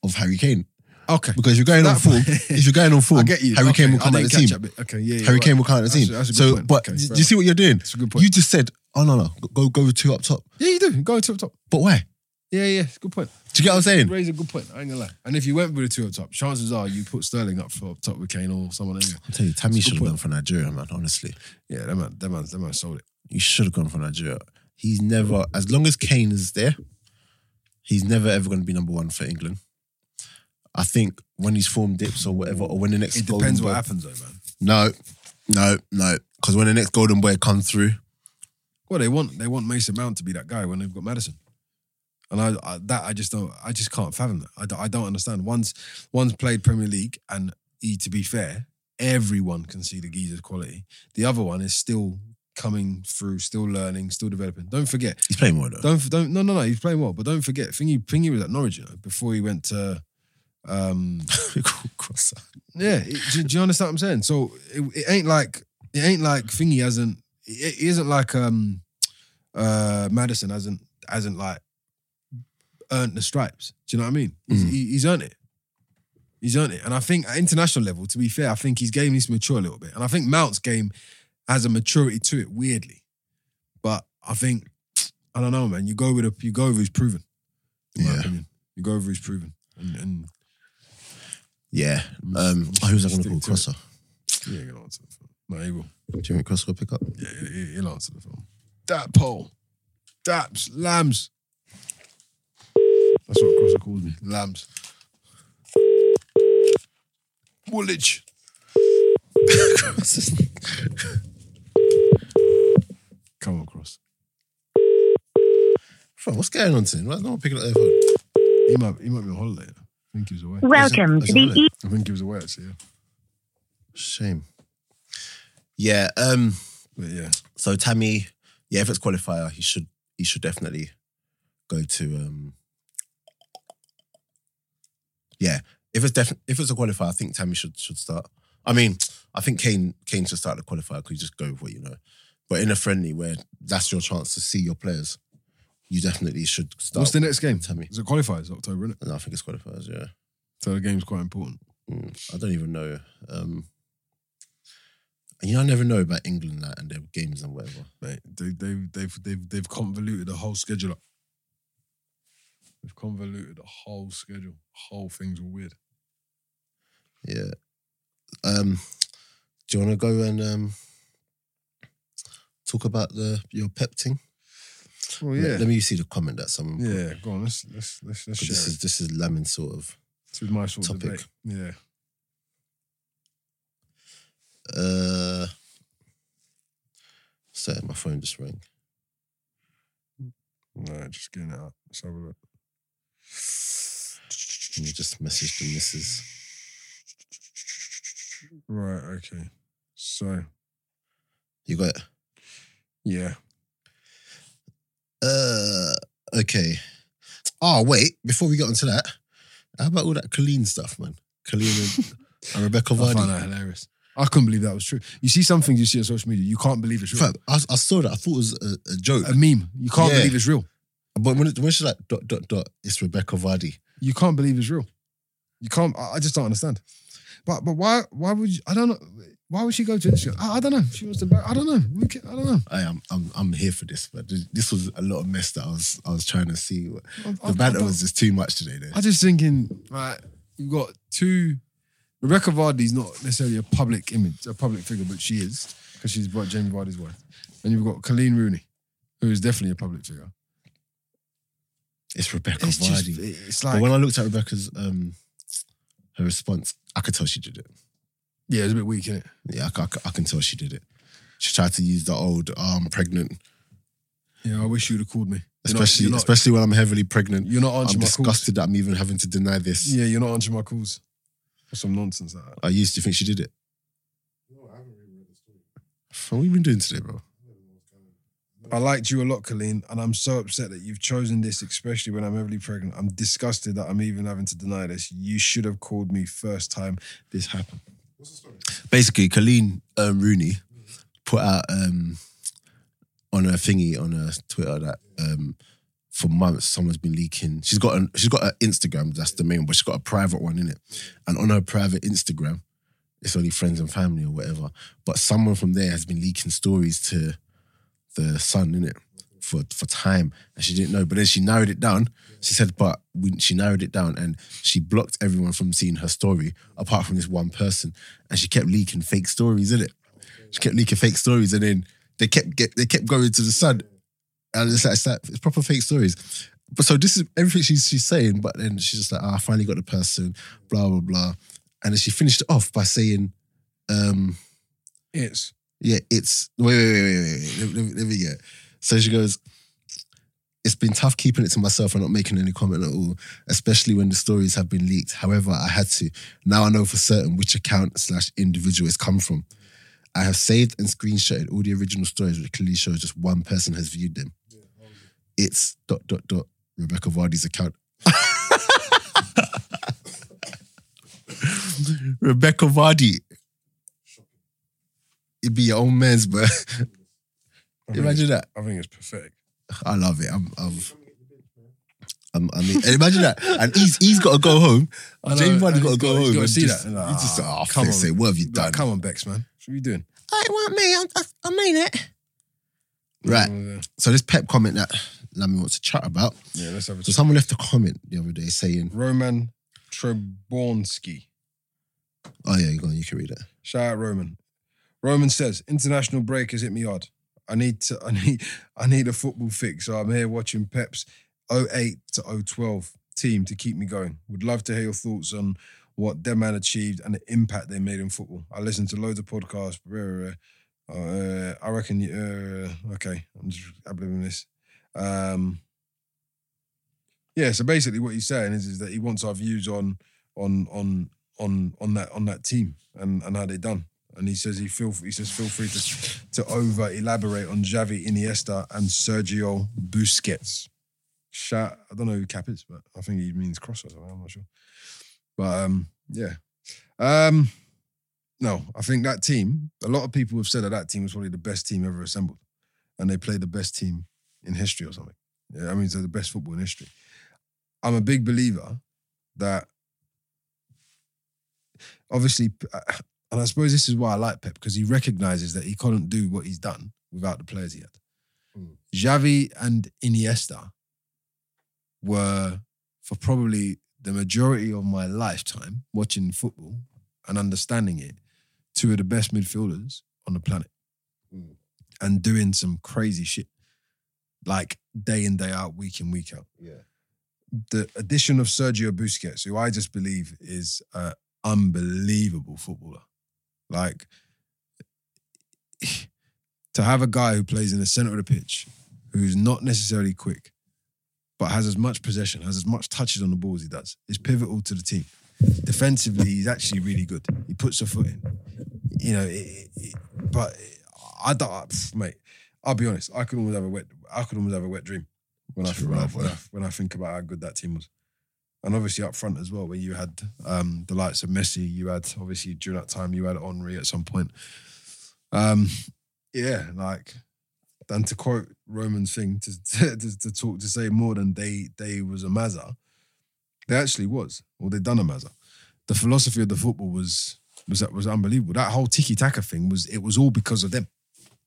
[SPEAKER 1] of Harry Kane.
[SPEAKER 2] okay,
[SPEAKER 1] Because you're going on
[SPEAKER 2] That-
[SPEAKER 1] form. if you're going on form,
[SPEAKER 2] I get you.
[SPEAKER 1] Harry
[SPEAKER 2] Okay,
[SPEAKER 1] Kane will
[SPEAKER 2] I
[SPEAKER 1] come out of
[SPEAKER 2] didn't
[SPEAKER 1] the
[SPEAKER 2] catch
[SPEAKER 1] team.
[SPEAKER 2] that bit. Okay, yeah, yeah,
[SPEAKER 1] Harry
[SPEAKER 2] right.
[SPEAKER 1] Kane will come out of the team.
[SPEAKER 2] That's a- that's a good
[SPEAKER 1] so,
[SPEAKER 2] point.
[SPEAKER 1] but
[SPEAKER 2] Okay,
[SPEAKER 1] do
[SPEAKER 2] fair
[SPEAKER 1] you see what you're doing?
[SPEAKER 2] That's a good point.
[SPEAKER 1] You just said, "Oh no, no, go go with two up top."
[SPEAKER 2] yeah, you do. Go to the top.
[SPEAKER 1] But why?
[SPEAKER 2] Yeah, yeah, it's a good point.
[SPEAKER 1] Do you get what I'm saying?
[SPEAKER 2] Raise a good point. I ain't gonna lie. And if you went with the two up top, chances are you put Sterling up for up top with Kane or someone else.
[SPEAKER 1] I'm telling you, Tammy
[SPEAKER 2] It's a good
[SPEAKER 1] should have
[SPEAKER 2] point.
[SPEAKER 1] gone for Nigeria, man. Honestly,
[SPEAKER 2] Yeah, that man, that man, that man sold it.
[SPEAKER 1] he should have gone for Nigeria. He's never, as long as Kane is there, he's never ever going to be number one for England. I think when his form dips or whatever, or when the next
[SPEAKER 2] It
[SPEAKER 1] golden
[SPEAKER 2] depends
[SPEAKER 1] boy-
[SPEAKER 2] what happens though, man.
[SPEAKER 1] No, no, no, because when the next golden boy comes through,
[SPEAKER 2] Well, they want they want Mason Mount to be that guy when they've got Madison. And I, I that I just don't I just can't fathom that. I, don't- I don't understand. One's one's played Premier League and he, to be fair, everyone can see the geezer's quality. The other one is still coming through, still learning, still developing. Don't forget.
[SPEAKER 1] he's playing more though.
[SPEAKER 2] Don't don't no no no, he's playing well, but don't forget Thingy Thingy was at Norwich, you know, before he went to um
[SPEAKER 1] Cross up.
[SPEAKER 2] yeah, it- do, do you understand what I'm saying? So it, it ain't like it ain't like Thingy hasn't. It, it isn't like um uh Madison hasn't hasn't like earned the stripes. Do you know what I mean? He's,
[SPEAKER 1] Mhm.
[SPEAKER 2] he, he's earned it. He's earned it, and I think at international level, to be fair, I think his game needs to mature a little bit, and I think Mount's game has a maturity to it, weirdly. But I think I don't know, man. You go with a, you go with who's proven. In my
[SPEAKER 1] Yeah.
[SPEAKER 2] opinion, you go with who's proven, and, and
[SPEAKER 1] Yeah. Um, oh, who was I going to
[SPEAKER 2] Stick
[SPEAKER 1] call?
[SPEAKER 2] to it.
[SPEAKER 1] Crosser.
[SPEAKER 2] yeah, you're gonna answer the phone. No, he will.
[SPEAKER 1] Do you think Crosser will pick up?
[SPEAKER 2] Yeah, he- he- he'll answer the phone. That pole. Daps. Lambs. That's what Crosser calls me. Lambs. Woolwich. Come on, Cross.
[SPEAKER 1] Bro, what's going on today? Why is no one picking up their phone?
[SPEAKER 2] He might, he might be on holiday. you know. I think he was away.
[SPEAKER 3] Welcome
[SPEAKER 1] Is
[SPEAKER 3] to
[SPEAKER 1] it- is it
[SPEAKER 3] the
[SPEAKER 1] on
[SPEAKER 3] E.
[SPEAKER 2] I think he was away, actually, yeah.
[SPEAKER 1] Shame. Yeah. Um.
[SPEAKER 2] But yeah.
[SPEAKER 1] So Tammy, yeah, if it's qualifier, he should he should definitely go to. um Yeah, if it's definitely if it's a qualifier, I think Tammy should should start. I mean, I think Kane Kane should start the qualifier because you just go with what you know. But in a friendly where that's your chance to see your players, you definitely should start.
[SPEAKER 2] What's the next game?
[SPEAKER 1] Tammy?
[SPEAKER 2] Is it qualifiers? October, isn't it?
[SPEAKER 1] And I think it's qualifiers. Yeah.
[SPEAKER 2] So the game's quite important.
[SPEAKER 1] Mm, I don't even know. Um, you know, I never know about England like, and their games and whatever.
[SPEAKER 2] Mate, they, they've, they've, they've, they've convoluted the whole schedule up. They've convoluted the whole schedule. Whole thing's all weird.
[SPEAKER 1] Yeah. Um, do you want to go and um, talk about the your pep thing?
[SPEAKER 2] Well,
[SPEAKER 1] Let-
[SPEAKER 2] Oh, yeah.
[SPEAKER 1] Let, me see the comment that someone. put,
[SPEAKER 2] yeah, go on. Let's let's let's,
[SPEAKER 1] 'cause
[SPEAKER 2] let's share.
[SPEAKER 1] This is
[SPEAKER 2] This
[SPEAKER 1] this is Lamin sort of.
[SPEAKER 2] is my sort of
[SPEAKER 1] topic.
[SPEAKER 2] debate. Yeah.
[SPEAKER 1] Uh, sorry, my phone just rang.
[SPEAKER 2] No, just getting it out. Let's have a look.
[SPEAKER 1] Let me just message the missus.
[SPEAKER 2] Right. Okay. So
[SPEAKER 1] You got it.
[SPEAKER 2] yeah.
[SPEAKER 1] Uh, okay. Oh wait, before we get onto that, how about all that Colleen stuff, man? Colleen and, and Rebecca
[SPEAKER 2] I find
[SPEAKER 1] Vardy.
[SPEAKER 2] that hilarious. I couldn't believe that was true. You see some things you see on social media, you can't believe it's real.
[SPEAKER 1] Fam, I, I saw that. I thought it was a, a joke.
[SPEAKER 2] A meme. You can't
[SPEAKER 1] Yeah.
[SPEAKER 2] believe it's real.
[SPEAKER 1] But when, it, when she's like dot dot dot, it's Rebecca Vardy.
[SPEAKER 2] You can't believe it's real. You can't. I, I just don't understand. But but why why would you, I don't know. Why would she go to Instagram? I, I don't know. She wants to. Bar- I don't know. Who ca- I don't know.
[SPEAKER 1] Hey, I'm, I'm I'm here for this, but this- this was a lot of mess that I was I was trying to see.
[SPEAKER 2] I- I- I
[SPEAKER 1] The banter
[SPEAKER 2] don't-
[SPEAKER 1] was just too much today. Then
[SPEAKER 2] I just thinking, like, you've got two. Rebecca Vardy's not necessarily a public image, a public figure, but she is because she's what Jamie Vardy's wife. And you've got Colleen Rooney, who is definitely a public figure.
[SPEAKER 1] it's Rebecca
[SPEAKER 2] It's
[SPEAKER 1] Vardy.
[SPEAKER 2] just, it's
[SPEAKER 1] but
[SPEAKER 2] like,
[SPEAKER 1] when I looked at Rebecca's um her response, I could tell she did it.
[SPEAKER 2] yeah, it's a bit weak, innit?
[SPEAKER 1] Yeah, I, c- I c- I can tell she did it. She tried to use the old "Oh, I'm pregnant,
[SPEAKER 2] Yeah, I wish you'd have called me. You're not-
[SPEAKER 1] especially
[SPEAKER 2] you're not,
[SPEAKER 1] especially when I'm heavily pregnant.
[SPEAKER 2] you're not
[SPEAKER 1] I'm
[SPEAKER 2] answering my calls.
[SPEAKER 1] disgusted that I'm even having to deny this.
[SPEAKER 2] Yeah, you're not answering my calls. Or some nonsense like that.
[SPEAKER 1] I used to think she did it. What have you been doing today, bro?
[SPEAKER 2] I liked you a lot, Colleen, and I'm so upset that you've chosen this, especially when I'm heavily pregnant. I'm disgusted that I'm even having to deny this. You should have called me first time this happened.
[SPEAKER 1] basically Colleen um, Rooney put out um, on her thingy on her Twitter that um, for months someone's been leaking. She's got an, she's got an Instagram that's the main, one, but she's got a private one in it, and on her private Instagram, it's only friends and family or whatever. But someone from there has been leaking stories to the son in it for for time, and she didn't know. But then she narrowed it down. She said, but we, she narrowed it down, and she blocked everyone from seeing her story apart from this one person, and she kept leaking fake stories in it. She kept leaking fake stories, and then they kept get, they kept going to the sun, and it's like it's, like, it's proper fake stories. But so this is everything she's she's saying, but then she's just like, ah, I finally got the person, blah blah blah, and then she finished it off by saying, um.
[SPEAKER 2] It's
[SPEAKER 1] Yeah, it's wait, wait, wait, wait, wait. Let, let- let me get. So she goes, It's been tough keeping it to myself and not making any comment at all, especially when the stories have been leaked. However, I had to. Now I know for certain which account slash individual it's come from. I have saved and screenshotted all the original stories, which clearly shows just one person has viewed them. It's dot dot dot Rebecca Vardy's account. Rebecca Vardy. It'd be your own man's, but
[SPEAKER 2] I think
[SPEAKER 1] imagine that.
[SPEAKER 2] it's- I think it's pathetic.
[SPEAKER 1] I love it. I'm, I'm, I'm I mean, and imagine that. And he's he's got to go home.
[SPEAKER 2] I know,
[SPEAKER 1] Jamie Vardy
[SPEAKER 2] and
[SPEAKER 1] got to
[SPEAKER 2] he's
[SPEAKER 1] go
[SPEAKER 2] got- he's
[SPEAKER 1] home.
[SPEAKER 2] gotta
[SPEAKER 1] and
[SPEAKER 2] see
[SPEAKER 1] just,
[SPEAKER 2] that. Nah,
[SPEAKER 1] he's just like, oh,
[SPEAKER 2] come
[SPEAKER 1] come
[SPEAKER 2] on.
[SPEAKER 1] what have you
[SPEAKER 2] Like,
[SPEAKER 1] done?
[SPEAKER 2] come on, Bex, man. What are you doing?
[SPEAKER 1] It wasn't me. I, I, I mean it. Right.
[SPEAKER 2] Yeah,
[SPEAKER 1] So this pep comment that Lammy wants to chat about.
[SPEAKER 2] Yeah, let's have a
[SPEAKER 1] So
[SPEAKER 2] chat.
[SPEAKER 1] someone left a comment the other day saying,
[SPEAKER 2] Roman Trebornski.
[SPEAKER 1] "Oh yeah, you go on, you can read it."
[SPEAKER 2] Shout out Roman. Roman says, international break has hit me hard. I need to I need I need a football fix. So I'm here watching Pep's 08 to 012 team to keep me going. Would love to hear your thoughts on what their man achieved and the impact they made in football. I listen to loads of podcasts. blah, blah, blah. Uh, I reckon you uh, okay, I'm just abbreviating this. Um yeah, so basically what he's saying is, is that he wants our views on on on on on that on that team and, and how they done. And he says he feel he says feel free to to over elaborate on Xavi, Iniesta, and Sergio Busquets. Shout, I don't know who Cap is, but I think he means cross or something. I'm not sure. But um, yeah, um, no, I think that team. A lot of people have said that that team was probably the best team ever assembled, and they played the best team in history or something. Yeah, I mean, they're the best football in history. I'm a big believer that obviously, uh, and I suppose this is why I like Pep because he recognizes that he couldn't do what he's done without the players he had. Xavi and Iniesta were for probably the majority of my lifetime watching football and understanding it, two of the best midfielders on the planet and doing some crazy shit like day in, day out, week in, week out
[SPEAKER 1] Yeah,
[SPEAKER 2] the addition of Sergio Busquets, who I just believe is an unbelievable footballer. Like, to have a guy who plays in the center of the pitch, who's not necessarily quick, but has as much possession, has as much touches on the ball as he does, is pivotal to the team. Defensively, he's actually really good. He puts a foot in. You know, it, it- it- but I don't, pff, mate. I'll be honest. I could almost have a wet. I could almost have a wet dream when I, when I, when I, when I think about how good that team was. And obviously up front as well, where you had um, the likes of Messi, you had obviously during that time you had Henri at some point. Um, yeah, like and to quote Roman's thing to to, to talk to say more than they they was a Mazza, they actually was, or they done a Mazza. the philosophy of the football was was that was unbelievable. That whole tiki taka thing was it was all because of them.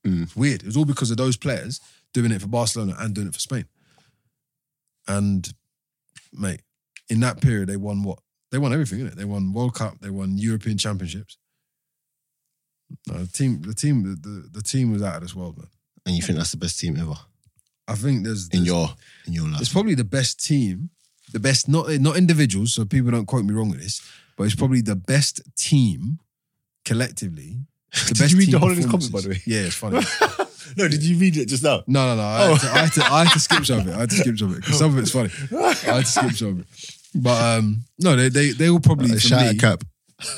[SPEAKER 1] Mm.
[SPEAKER 2] It's weird. It was all because of those players doing it for Barcelona and doing it for Spain. And mate, in that period they won what? They won everything, innit? They won World Cup, they won European Championships. No, the team, the team, the, the, the team was out of this world, man.
[SPEAKER 1] And you think that's the best team ever
[SPEAKER 2] I think there's,
[SPEAKER 1] in
[SPEAKER 2] there's-
[SPEAKER 1] your in your life?
[SPEAKER 2] it's probably the best team, the best not not individuals. So people don't quote me wrong with this, but it's probably the best team collectively. The
[SPEAKER 1] Did
[SPEAKER 2] best
[SPEAKER 1] you read the
[SPEAKER 2] team
[SPEAKER 1] whole of this comment, by the
[SPEAKER 2] performances. Yeah, it's funny.
[SPEAKER 1] no, did you read it just now?
[SPEAKER 2] No, no, no. I,
[SPEAKER 1] Oh.
[SPEAKER 2] had, to, I, had, to, I had to skip some of it. I had to skip some of it because some of it's funny. I had to skip some of it. But um, no, they they they were probably
[SPEAKER 1] Uh,
[SPEAKER 2] for
[SPEAKER 1] shout
[SPEAKER 2] me,
[SPEAKER 1] out Cap.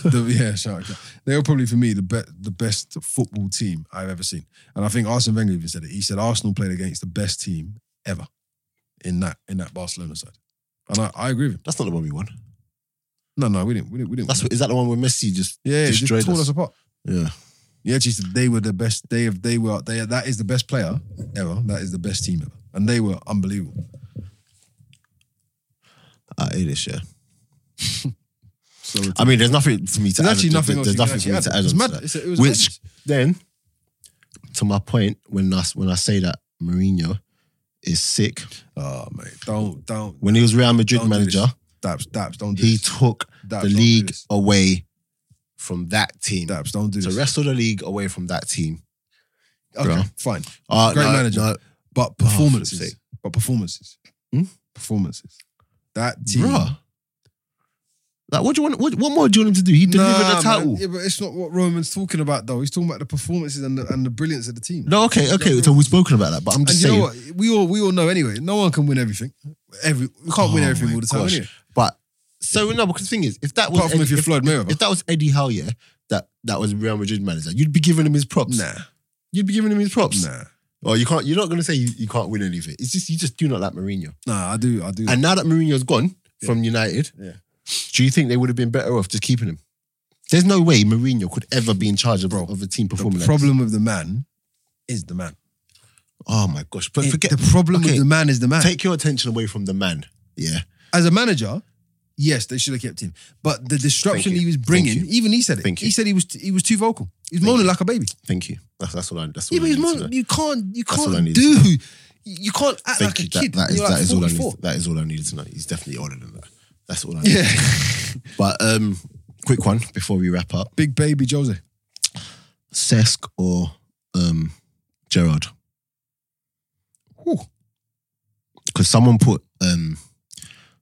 [SPEAKER 2] the, yeah, shout out Cap. They were probably for me the be- the best football team I've ever seen. And I think Arsene Wenger even said it. He said Arsenal played against the best team ever in that in that Barcelona side. And I, I agree with him.
[SPEAKER 1] That's not the one we won.
[SPEAKER 2] No, no, we didn't. We didn't. We didn't.
[SPEAKER 1] That's
[SPEAKER 2] win.
[SPEAKER 1] what, is that the one where Messi just
[SPEAKER 2] yeah, he
[SPEAKER 1] destroyed
[SPEAKER 2] just tore
[SPEAKER 1] us.
[SPEAKER 2] us apart.
[SPEAKER 1] yeah.
[SPEAKER 2] Yeah, she said they were the best. They have they were they that is the best player ever. That is the best team ever, and they were unbelievable.
[SPEAKER 1] I hate this, yeah.
[SPEAKER 2] So
[SPEAKER 1] I mean, there's nothing for me to
[SPEAKER 2] There's
[SPEAKER 1] add.
[SPEAKER 2] actually nothing else
[SPEAKER 1] There's
[SPEAKER 2] you can
[SPEAKER 1] nothing for me
[SPEAKER 2] actually
[SPEAKER 1] to
[SPEAKER 2] add.
[SPEAKER 1] add
[SPEAKER 2] It's
[SPEAKER 1] on
[SPEAKER 2] mad.
[SPEAKER 1] to that.
[SPEAKER 2] It's- it was
[SPEAKER 1] Which
[SPEAKER 2] madness.
[SPEAKER 1] then, to my point, when I, when I say that Mourinho is sick,
[SPEAKER 2] Oh mate, don't don't.
[SPEAKER 1] when he was Real Madrid
[SPEAKER 2] Don't do
[SPEAKER 1] manager,
[SPEAKER 2] Daps, Daps, don't do
[SPEAKER 1] he
[SPEAKER 2] this.
[SPEAKER 1] took
[SPEAKER 2] Daps,
[SPEAKER 1] the
[SPEAKER 2] don't do
[SPEAKER 1] league
[SPEAKER 2] this.
[SPEAKER 1] away from that team.
[SPEAKER 2] Daps, don't do
[SPEAKER 1] to
[SPEAKER 2] this.
[SPEAKER 1] wrestle the league away from that team.
[SPEAKER 2] okay,
[SPEAKER 1] bro.
[SPEAKER 2] fine.
[SPEAKER 1] Uh,
[SPEAKER 2] Great
[SPEAKER 1] no,
[SPEAKER 2] manager.
[SPEAKER 1] no,
[SPEAKER 2] But
[SPEAKER 1] for
[SPEAKER 2] performances.
[SPEAKER 1] sake.
[SPEAKER 2] but performances.
[SPEAKER 1] Hmm?
[SPEAKER 2] Performances. That team.
[SPEAKER 1] bruh. Like, what do you want? What, what more do you want him to do? He delivered
[SPEAKER 2] Nah,
[SPEAKER 1] the title.
[SPEAKER 2] Man. Yeah, but it's not what Roman's talking about though. He's talking about the performances and the, and the brilliance of the team.
[SPEAKER 1] No, okay, okay.
[SPEAKER 2] Yeah.
[SPEAKER 1] So we've spoken about that, but I'm
[SPEAKER 2] and
[SPEAKER 1] just
[SPEAKER 2] you know
[SPEAKER 1] saying.
[SPEAKER 2] what? We all we all know anyway. No one can win everything. Every we can't win
[SPEAKER 1] Oh
[SPEAKER 2] everything
[SPEAKER 1] my
[SPEAKER 2] all the time.
[SPEAKER 1] gosh.
[SPEAKER 2] Anyway.
[SPEAKER 1] But so no, because the thing is, if that was
[SPEAKER 2] Apart from if you're Floyd Mayweather.
[SPEAKER 1] if that was Eddie Howe, yeah, that that was Real Madrid manager, you'd be giving him his props.
[SPEAKER 2] Nah,
[SPEAKER 1] You'd be giving him his props.
[SPEAKER 2] nah,
[SPEAKER 1] Well, you can't. You're not going to say you, you can't win anything. It's just you just do not like Mourinho.
[SPEAKER 2] nah. I do, I do.
[SPEAKER 1] And now that Mourinho's gone from United,
[SPEAKER 2] Yeah.
[SPEAKER 1] do you think they would have been better off just keeping him? There's no way Mourinho could ever be in charge of,
[SPEAKER 2] Bro,
[SPEAKER 1] of a team performing.
[SPEAKER 2] the
[SPEAKER 1] like this.
[SPEAKER 2] problem with the man is the man.
[SPEAKER 1] oh my gosh! But
[SPEAKER 2] It-
[SPEAKER 1] forget.
[SPEAKER 2] the problem
[SPEAKER 1] okay.
[SPEAKER 2] with the man is the man.
[SPEAKER 1] take your attention away from the man. Yeah.
[SPEAKER 2] as a manager, yes, they should have kept him. But the disruption
[SPEAKER 1] Thank you.
[SPEAKER 2] he was bringing,
[SPEAKER 1] Thank
[SPEAKER 2] even he said it.
[SPEAKER 1] Thank you.
[SPEAKER 2] He said he was he was too vocal. He was moaning like a baby.
[SPEAKER 1] Thank you. That's, that's what I. That's what
[SPEAKER 2] Yeah, but
[SPEAKER 1] I
[SPEAKER 2] he's
[SPEAKER 1] need to know.
[SPEAKER 2] moaning. You can't you
[SPEAKER 1] That's all I
[SPEAKER 2] can't
[SPEAKER 1] need to
[SPEAKER 2] do. You you can't act
[SPEAKER 1] Thank
[SPEAKER 2] like a
[SPEAKER 1] you.
[SPEAKER 2] kid.
[SPEAKER 1] That, that is
[SPEAKER 2] You're
[SPEAKER 1] that
[SPEAKER 2] like
[SPEAKER 1] is all I
[SPEAKER 2] 44.
[SPEAKER 1] need. That is all I needed to know. He's definitely older than that. That's all I need.
[SPEAKER 2] Yeah,
[SPEAKER 1] But um, quick one before we wrap up:
[SPEAKER 2] big baby Jose.
[SPEAKER 1] Cesc or um, Gerard?
[SPEAKER 2] Whew.
[SPEAKER 1] Because someone put um,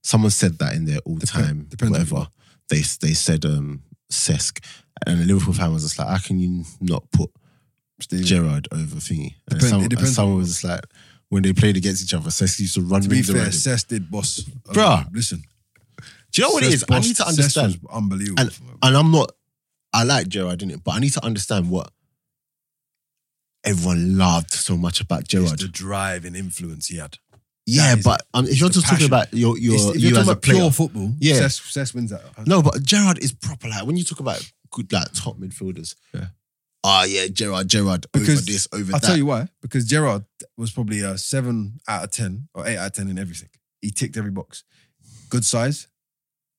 [SPEAKER 1] someone said that in there all the
[SPEAKER 2] Depend-
[SPEAKER 1] time.
[SPEAKER 2] depends on
[SPEAKER 1] whatever they they said um, Cesc, and the Liverpool fan was just like, "How can you not put
[SPEAKER 2] Steve.
[SPEAKER 1] Gerard over thingy?" And
[SPEAKER 2] Depend-
[SPEAKER 1] some-
[SPEAKER 2] it
[SPEAKER 1] and
[SPEAKER 2] depends on
[SPEAKER 1] someone was just like, when they played against each other, Cesc used to run
[SPEAKER 2] to be
[SPEAKER 1] rings
[SPEAKER 2] fair,
[SPEAKER 1] around him.
[SPEAKER 2] Cess did boss. Um,
[SPEAKER 1] Bruh.
[SPEAKER 2] listen.
[SPEAKER 1] Do you know what it
[SPEAKER 2] Cess
[SPEAKER 1] is? I
[SPEAKER 2] bossed-
[SPEAKER 1] need to
[SPEAKER 2] Cess
[SPEAKER 1] understand.
[SPEAKER 2] was unbelievable.
[SPEAKER 1] And- and I'm not. I like Gerard, didn't it? But I need to understand what everyone loved so much about
[SPEAKER 2] It's
[SPEAKER 1] Gerard.
[SPEAKER 2] the drive and influence he had.
[SPEAKER 1] yeah,
[SPEAKER 2] that is
[SPEAKER 1] but um, if you're
[SPEAKER 2] It's the
[SPEAKER 1] just talking
[SPEAKER 2] passion.
[SPEAKER 1] about your your
[SPEAKER 2] It's- if
[SPEAKER 1] you
[SPEAKER 2] you're
[SPEAKER 1] as
[SPEAKER 2] talking
[SPEAKER 1] a
[SPEAKER 2] about
[SPEAKER 1] player,
[SPEAKER 2] pure football,
[SPEAKER 1] Yeah.
[SPEAKER 2] Cess, Cess wins that.
[SPEAKER 1] no, but Gerard is proper. Like when you talk about good like top midfielders.
[SPEAKER 2] Yeah.
[SPEAKER 1] Ah, yeah, Gerard, Gerard
[SPEAKER 2] Because
[SPEAKER 1] over this, over
[SPEAKER 2] I'll
[SPEAKER 1] that.
[SPEAKER 2] tell you why. Because Gerard was probably a seven out of ten or eight out of ten in everything. He ticked every box. Good size,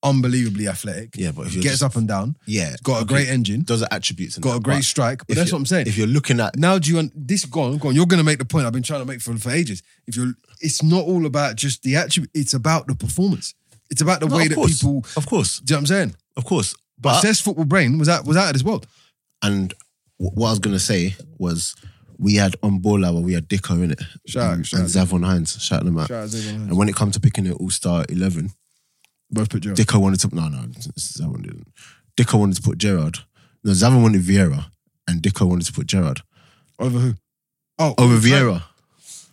[SPEAKER 2] unbelievably athletic.
[SPEAKER 1] yeah, but if you're
[SPEAKER 2] gets
[SPEAKER 1] just,
[SPEAKER 2] up and down.
[SPEAKER 1] yeah,
[SPEAKER 2] Got a
[SPEAKER 1] okay,
[SPEAKER 2] great engine.
[SPEAKER 1] those are attributes. and
[SPEAKER 2] Got
[SPEAKER 1] that,
[SPEAKER 2] a great
[SPEAKER 1] but
[SPEAKER 2] strike.
[SPEAKER 1] if
[SPEAKER 2] But that's
[SPEAKER 1] you-
[SPEAKER 2] what I'm saying.
[SPEAKER 1] If you're looking at
[SPEAKER 2] now do you un- this go on, go on. You're gonna make the point I've been trying to make for, for ages. If you're it's not all about just the attribute, it's about the performance. It's about the
[SPEAKER 1] No,
[SPEAKER 2] way
[SPEAKER 1] of
[SPEAKER 2] that
[SPEAKER 1] course, Uh,
[SPEAKER 2] people
[SPEAKER 1] of course,
[SPEAKER 2] do you know what I'm saying?
[SPEAKER 1] of course,
[SPEAKER 2] But
[SPEAKER 1] but
[SPEAKER 2] football brain was out was out of this world.
[SPEAKER 1] And wh- what I was gonna say was we had Ombola where we had Dicko in it.
[SPEAKER 2] Shout out,
[SPEAKER 1] and,
[SPEAKER 2] shout
[SPEAKER 1] and
[SPEAKER 2] out.
[SPEAKER 1] Zavon Hines, shout them out.
[SPEAKER 2] Shout out to everyone.
[SPEAKER 1] and when it comes to picking an all-star eleven,
[SPEAKER 2] Both put Gerrard.
[SPEAKER 1] Dicko wanted to no no Zavon didn't. Dicko wanted to put Gerard. No, Zavon wanted Vieira and Dicko wanted to put Gerard.
[SPEAKER 2] Over who? Oh,
[SPEAKER 1] Over
[SPEAKER 2] Frank.
[SPEAKER 1] Vieira.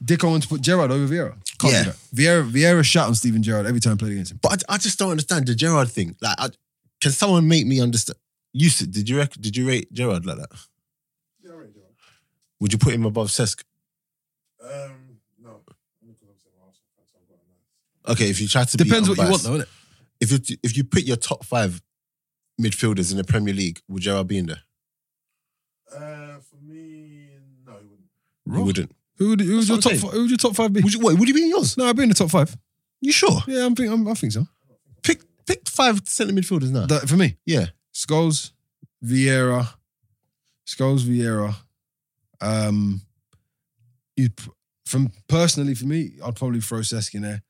[SPEAKER 2] Dick Owen to put Gerard over Vieira. Can't
[SPEAKER 1] Yeah.
[SPEAKER 2] do that. Vieira, Vieira shot on Steven Gerrard every time he played against him.
[SPEAKER 1] But I, I just don't understand the Gerard thing. Like I, can someone make me understand you said- did you rec- did you rate Gerard like that? Would you put him above Sesk?
[SPEAKER 5] Um, no.
[SPEAKER 1] Okay, if you try to be
[SPEAKER 2] Depends what you
[SPEAKER 1] unbiased.
[SPEAKER 2] want though, innit?
[SPEAKER 1] if you if you put your top five midfielders in the Premier League, would Gerard be in there?
[SPEAKER 5] Uh, for me, no, he wouldn't.
[SPEAKER 1] You wouldn't.
[SPEAKER 2] Who would, who would
[SPEAKER 1] That's
[SPEAKER 2] your
[SPEAKER 1] what
[SPEAKER 2] top
[SPEAKER 1] I'm
[SPEAKER 2] five, who would your top five be?
[SPEAKER 1] Would you? Wait, would you be in yours?
[SPEAKER 2] no, I'd be in the top five.
[SPEAKER 1] You sure?
[SPEAKER 2] Yeah, I'm think, I'm, I think so.
[SPEAKER 1] Pick pick five centre midfielders now.
[SPEAKER 2] That- for me,
[SPEAKER 1] yeah.
[SPEAKER 2] Skulls, Vieira, Skulls, Vieira. Um, you from personally for me, I'd probably throw Sesk in there.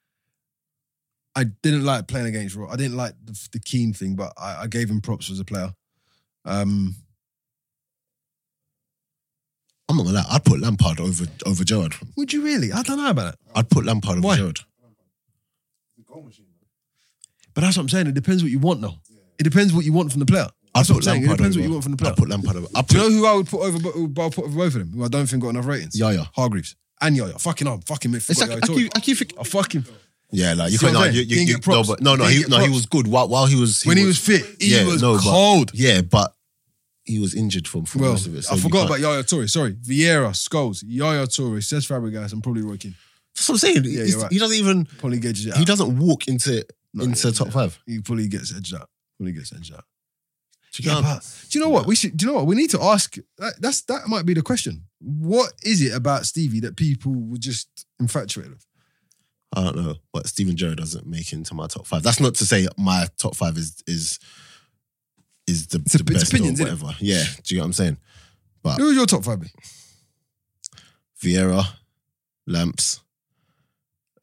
[SPEAKER 2] I didn't like playing against Raw. I didn't like the, the Keen thing, but I, I gave him props as a player. Um,
[SPEAKER 1] I'm not gonna lie. I'd put Lampard over over Gerrard.
[SPEAKER 2] would you really? I don't know about it.
[SPEAKER 1] I'd put Lampard over
[SPEAKER 2] Why?
[SPEAKER 1] Gerrard.
[SPEAKER 5] The goal machine. man.
[SPEAKER 2] But that's what I'm saying. It depends what you want, though. It depends what you want from the player. That's
[SPEAKER 1] I'd
[SPEAKER 2] what
[SPEAKER 1] put
[SPEAKER 2] I'm saying. It
[SPEAKER 1] Lampard
[SPEAKER 2] depends
[SPEAKER 1] over.
[SPEAKER 2] what you want from the player.
[SPEAKER 1] I'd put Lampard over. I'd put
[SPEAKER 2] Do you know who I would put over? Who I'll put over both of them? Who I don't think got enough ratings.
[SPEAKER 1] Yaya.
[SPEAKER 2] Hargreaves and Yaya. Fucking I'm fucking midfield.
[SPEAKER 1] It's like, I keep, I keep forget-
[SPEAKER 2] I fucking
[SPEAKER 1] Yeah, like you
[SPEAKER 2] See what
[SPEAKER 1] can't. No,
[SPEAKER 2] I'm saying?
[SPEAKER 1] you,
[SPEAKER 2] Didn't
[SPEAKER 1] you, you,
[SPEAKER 2] get
[SPEAKER 1] no,
[SPEAKER 2] props.
[SPEAKER 1] but no, no,
[SPEAKER 2] Didn't
[SPEAKER 1] he,
[SPEAKER 2] get
[SPEAKER 1] no, he
[SPEAKER 2] props.
[SPEAKER 1] was good while while he was
[SPEAKER 2] when he was fit, he
[SPEAKER 1] yeah,
[SPEAKER 2] was
[SPEAKER 1] no, but-
[SPEAKER 2] cold.
[SPEAKER 1] Yeah, but he was injured from, from
[SPEAKER 2] Well,
[SPEAKER 1] most of it. so
[SPEAKER 2] I
[SPEAKER 1] you
[SPEAKER 2] forgot
[SPEAKER 1] can't-
[SPEAKER 2] about Yaya Torre. Sorry, Vieira, Scholes, Yaya Torre, Cesc Fabregas, and probably Roy Keane.
[SPEAKER 1] That's what I'm saying.
[SPEAKER 2] Yeah,
[SPEAKER 1] He's-
[SPEAKER 2] you're right.
[SPEAKER 1] He doesn't even.
[SPEAKER 2] Probably gets it out.
[SPEAKER 1] He doesn't walk into
[SPEAKER 2] No,
[SPEAKER 1] into
[SPEAKER 2] yeah,
[SPEAKER 1] top
[SPEAKER 2] yeah.
[SPEAKER 1] five.
[SPEAKER 2] He probably gets edged out. Probably gets edged out.
[SPEAKER 1] Do you
[SPEAKER 2] Yeah,
[SPEAKER 1] know?
[SPEAKER 2] but do you know what we should? Do you know what we need to ask? That, that's that might be the question. What is it about Stevie that people were just infatuated with?
[SPEAKER 1] I don't know, but Steven Gerrard doesn't make it into my top five. That's not to say my top five is is is the,
[SPEAKER 2] a-
[SPEAKER 1] the
[SPEAKER 2] it's
[SPEAKER 1] best
[SPEAKER 2] opinions,
[SPEAKER 1] or
[SPEAKER 2] innit?
[SPEAKER 1] whatever. Yeah, do you get what I'm saying?
[SPEAKER 2] Who would your top five be?
[SPEAKER 1] Vieira, Lamps,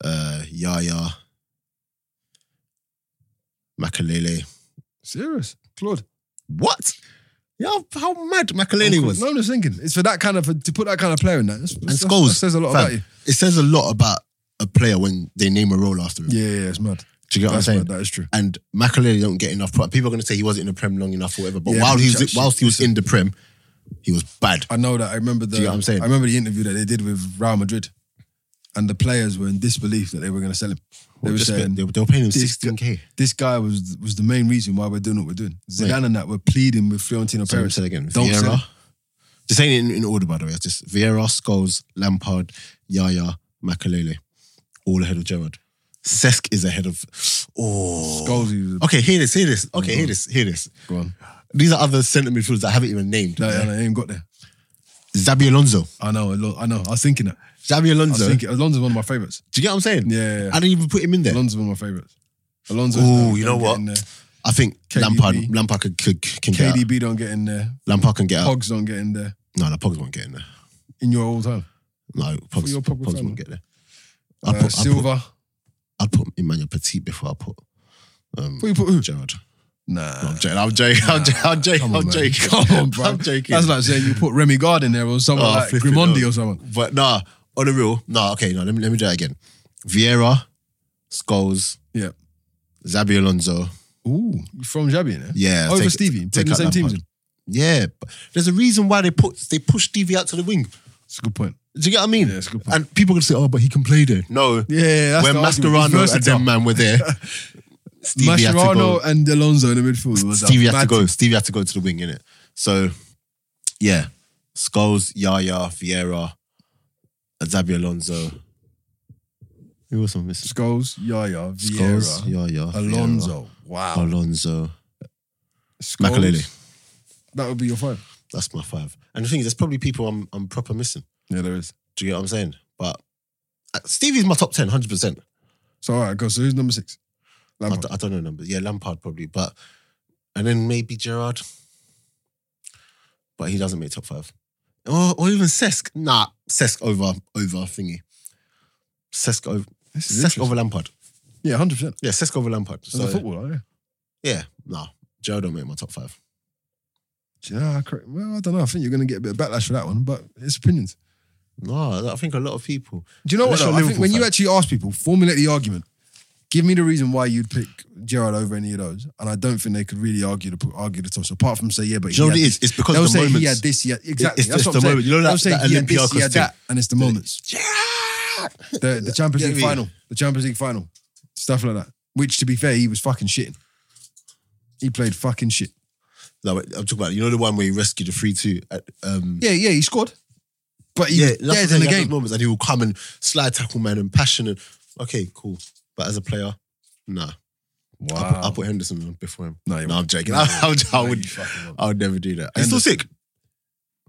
[SPEAKER 1] uh, Yaya, Makalele.
[SPEAKER 2] Serious, Claude.
[SPEAKER 1] What? Yeah, how mad Makalele was.
[SPEAKER 2] No, I'm just thinking. It's for that kind of to put that kind of player in that. That's, that's-
[SPEAKER 1] Scholes,
[SPEAKER 2] that says a lot
[SPEAKER 1] fam.
[SPEAKER 2] about you.
[SPEAKER 1] It says a lot about a player when they name a role after him.
[SPEAKER 2] Yeah, yeah, it's mad.
[SPEAKER 1] Do you get what I'm
[SPEAKER 2] That's
[SPEAKER 1] saying?
[SPEAKER 2] mad, That is true.
[SPEAKER 1] And Makalele don't get enough. pro- People are going to say he wasn't in the Prem long enough or whatever. But
[SPEAKER 2] Yeah,
[SPEAKER 1] while he
[SPEAKER 2] but
[SPEAKER 1] was whilst he was in the Prem, he was bad.
[SPEAKER 2] I know that. I remember
[SPEAKER 1] Do
[SPEAKER 2] the.
[SPEAKER 1] you get what I'm saying?
[SPEAKER 2] I remember the interview that they did with Real Madrid, and the players were in disbelief that they were going to sell him. They were
[SPEAKER 1] Just-
[SPEAKER 2] saying
[SPEAKER 1] they, were- they were paying him
[SPEAKER 2] this-
[SPEAKER 1] 16k.
[SPEAKER 2] this guy was was the main reason why we're doing what we're doing. Zidane and that were pleading with Fiorentino
[SPEAKER 1] Sorry,
[SPEAKER 2] Perez.
[SPEAKER 1] say that again.
[SPEAKER 2] Don't sell him.
[SPEAKER 1] Vieira. This ain't in, in order, by the way. It's just Vieira, Scholes, Lampard, Yaya, Makalele, all ahead of Gerrard. Sesk is ahead of. Oh.
[SPEAKER 2] Scholes, Mm. he was a-
[SPEAKER 1] Okay, hear this. Hear this. Okay, hear this. Hear this.
[SPEAKER 2] Go on.
[SPEAKER 1] These are other centre midfielders that I haven't even named.
[SPEAKER 2] No, no, no, he ain't got there.
[SPEAKER 1] Zabi Alonso.
[SPEAKER 2] I know, I lo- I know. I was thinking that.
[SPEAKER 1] Zabi
[SPEAKER 2] I was
[SPEAKER 1] Alonso. Do
[SPEAKER 2] thinking Alonso's one of my favorites.
[SPEAKER 1] you get what I'm saying?
[SPEAKER 2] Yeah, yeah, yeah.
[SPEAKER 1] I didn't even put him in there.
[SPEAKER 2] Alonso's one of my favorites. Alonso.
[SPEAKER 1] Ooh, you know what? I think
[SPEAKER 2] KDB.
[SPEAKER 1] Lampard Lampard could, could can get out.
[SPEAKER 2] KDB don't get in there.
[SPEAKER 1] Lampard can get out.
[SPEAKER 2] Pogs don't get in there.
[SPEAKER 1] No, no, Pogs won't get in there.
[SPEAKER 2] In your all time.
[SPEAKER 1] No, Pogs,
[SPEAKER 2] your Pogba
[SPEAKER 1] Pogs
[SPEAKER 2] fan,
[SPEAKER 1] won't get there.
[SPEAKER 2] Uh,
[SPEAKER 1] I'd put,
[SPEAKER 2] Silva.
[SPEAKER 1] I'd put, I'd put Emmanuel Petit before I put um,
[SPEAKER 2] Who you put who?
[SPEAKER 1] Gerard.
[SPEAKER 2] Nah.
[SPEAKER 1] I'm joking. I'm joking. I'm joking. I'm joking.
[SPEAKER 2] Come on,
[SPEAKER 1] I'm
[SPEAKER 2] man.
[SPEAKER 1] joking.
[SPEAKER 2] Come on, bro.
[SPEAKER 1] I'm joking.
[SPEAKER 2] That's like saying you put Remy Gard in there or someone
[SPEAKER 1] Oh,
[SPEAKER 2] like
[SPEAKER 1] flipping
[SPEAKER 2] Grimondi
[SPEAKER 1] hell.
[SPEAKER 2] or someone.
[SPEAKER 1] But nah, on the real, nah, okay, no, let me, let me do that again. Vieira, Scholes,
[SPEAKER 2] Yeah.
[SPEAKER 1] Zabi Alonso.
[SPEAKER 2] Ooh, from Xabi in there.
[SPEAKER 1] Yeah.
[SPEAKER 2] Over
[SPEAKER 1] take-
[SPEAKER 2] Oh, Stevie.
[SPEAKER 1] take
[SPEAKER 2] Playing the
[SPEAKER 1] out
[SPEAKER 2] same teams.
[SPEAKER 1] Lampard. Yeah. But there's a reason why they put they push Stevie out to the wing.
[SPEAKER 2] It's a good point.
[SPEAKER 1] Do you get what I mean?
[SPEAKER 2] Yeah, it's a good point.
[SPEAKER 1] and people are going to say, oh, but he can play there. No.
[SPEAKER 2] Yeah, yeah, that's
[SPEAKER 1] when
[SPEAKER 2] the argument. He's
[SPEAKER 1] Mascherano and
[SPEAKER 2] versatile.
[SPEAKER 1] them man were there, Stevie had to
[SPEAKER 2] Mascherano
[SPEAKER 1] go.
[SPEAKER 2] and Alonso in the midfield. Was a
[SPEAKER 1] Stevie had to
[SPEAKER 2] mad
[SPEAKER 1] go. Stevie had to go to the wing, innit? So, yeah. Skulls, Yaya, Vieira, Zabi Alonso. Who else am I missing?
[SPEAKER 2] Scholes, Yaya, Vieira,
[SPEAKER 1] Scholes, Yaya, Vieira,
[SPEAKER 2] Alonso. Wow.
[SPEAKER 1] Alonso.
[SPEAKER 2] Scholes.
[SPEAKER 1] Makalele.
[SPEAKER 2] That would be your five.
[SPEAKER 1] That's my five. And the thing is, there's probably people I'm, I'm proper missing.
[SPEAKER 2] Yeah, there is.
[SPEAKER 1] Do you get what I'm saying? But uh, Stevie's my top 10, 100%.
[SPEAKER 2] So all right, go. So who's number six?
[SPEAKER 1] I
[SPEAKER 2] Lampard.
[SPEAKER 1] d- I don't know numbers. Yeah, Lampard probably, but and then maybe Gerard, but he doesn't make top five, or, or even Sesk. Nah, Sesk over over thingy. Sesk over
[SPEAKER 2] This
[SPEAKER 1] Sesk
[SPEAKER 2] is interesting.
[SPEAKER 1] over Lampard.
[SPEAKER 2] Yeah, hundred percent.
[SPEAKER 1] Yeah, Sesk over Lampard.
[SPEAKER 2] As a
[SPEAKER 1] So,
[SPEAKER 2] footballer, yeah.
[SPEAKER 1] yeah, nah, Gerard don't make my top five.
[SPEAKER 2] Do you know how correct? Well, I don't know. I think you're going to get a bit of backlash for that one, but it's opinions.
[SPEAKER 1] No, I think a lot of people.
[SPEAKER 2] Do you know
[SPEAKER 1] Unless
[SPEAKER 2] what? Though?
[SPEAKER 1] you're
[SPEAKER 2] I
[SPEAKER 1] a
[SPEAKER 2] think
[SPEAKER 1] Liverpool
[SPEAKER 2] when you
[SPEAKER 1] fan.
[SPEAKER 2] actually ask people, formulate the argument. Give me the reason why you'd pick Gerard over any of those, and I don't think they could really argue the argue the toss. Apart from say, yeah,
[SPEAKER 1] Do
[SPEAKER 2] but he
[SPEAKER 1] you know what
[SPEAKER 2] had
[SPEAKER 1] it
[SPEAKER 2] this.
[SPEAKER 1] is? It's because
[SPEAKER 2] they'll
[SPEAKER 1] of the
[SPEAKER 2] say
[SPEAKER 1] moments.
[SPEAKER 2] he had this, he had exactly.
[SPEAKER 1] It's-
[SPEAKER 2] That's
[SPEAKER 1] it's
[SPEAKER 2] what
[SPEAKER 1] the
[SPEAKER 2] I'm saying.
[SPEAKER 1] moment. You know
[SPEAKER 2] They'll
[SPEAKER 1] that-
[SPEAKER 2] say
[SPEAKER 1] that
[SPEAKER 2] he had this,
[SPEAKER 1] Olympiacos
[SPEAKER 2] he had that, and it's the moments.
[SPEAKER 1] Gerard.
[SPEAKER 2] The, the Champions
[SPEAKER 1] Yeah,
[SPEAKER 2] League
[SPEAKER 1] yeah.
[SPEAKER 2] final, the Champions League final, stuff like that. Which, to be fair, he was fucking shitting. He played fucking shit.
[SPEAKER 1] No, wait, I'm talking about you know the one where he rescued the three two at um.
[SPEAKER 2] Yeah, yeah, he scored, but he
[SPEAKER 1] yeah,
[SPEAKER 2] was
[SPEAKER 1] that's
[SPEAKER 2] dead
[SPEAKER 1] the thing,
[SPEAKER 2] in the
[SPEAKER 1] he has those
[SPEAKER 2] game.
[SPEAKER 1] moments, and he will come and slide tackle man and passion and okay, cool. But as a player, nah. I'll, put, I'll put Henderson on before him.
[SPEAKER 2] No, you
[SPEAKER 1] No,
[SPEAKER 2] won't.
[SPEAKER 1] I'm joking.
[SPEAKER 2] No,
[SPEAKER 1] I,
[SPEAKER 2] you
[SPEAKER 1] I
[SPEAKER 2] won't.
[SPEAKER 1] would, I
[SPEAKER 2] No,
[SPEAKER 1] would,
[SPEAKER 2] you fucking won't.
[SPEAKER 1] I would never do that. He's still
[SPEAKER 2] Henderson.
[SPEAKER 1] sick.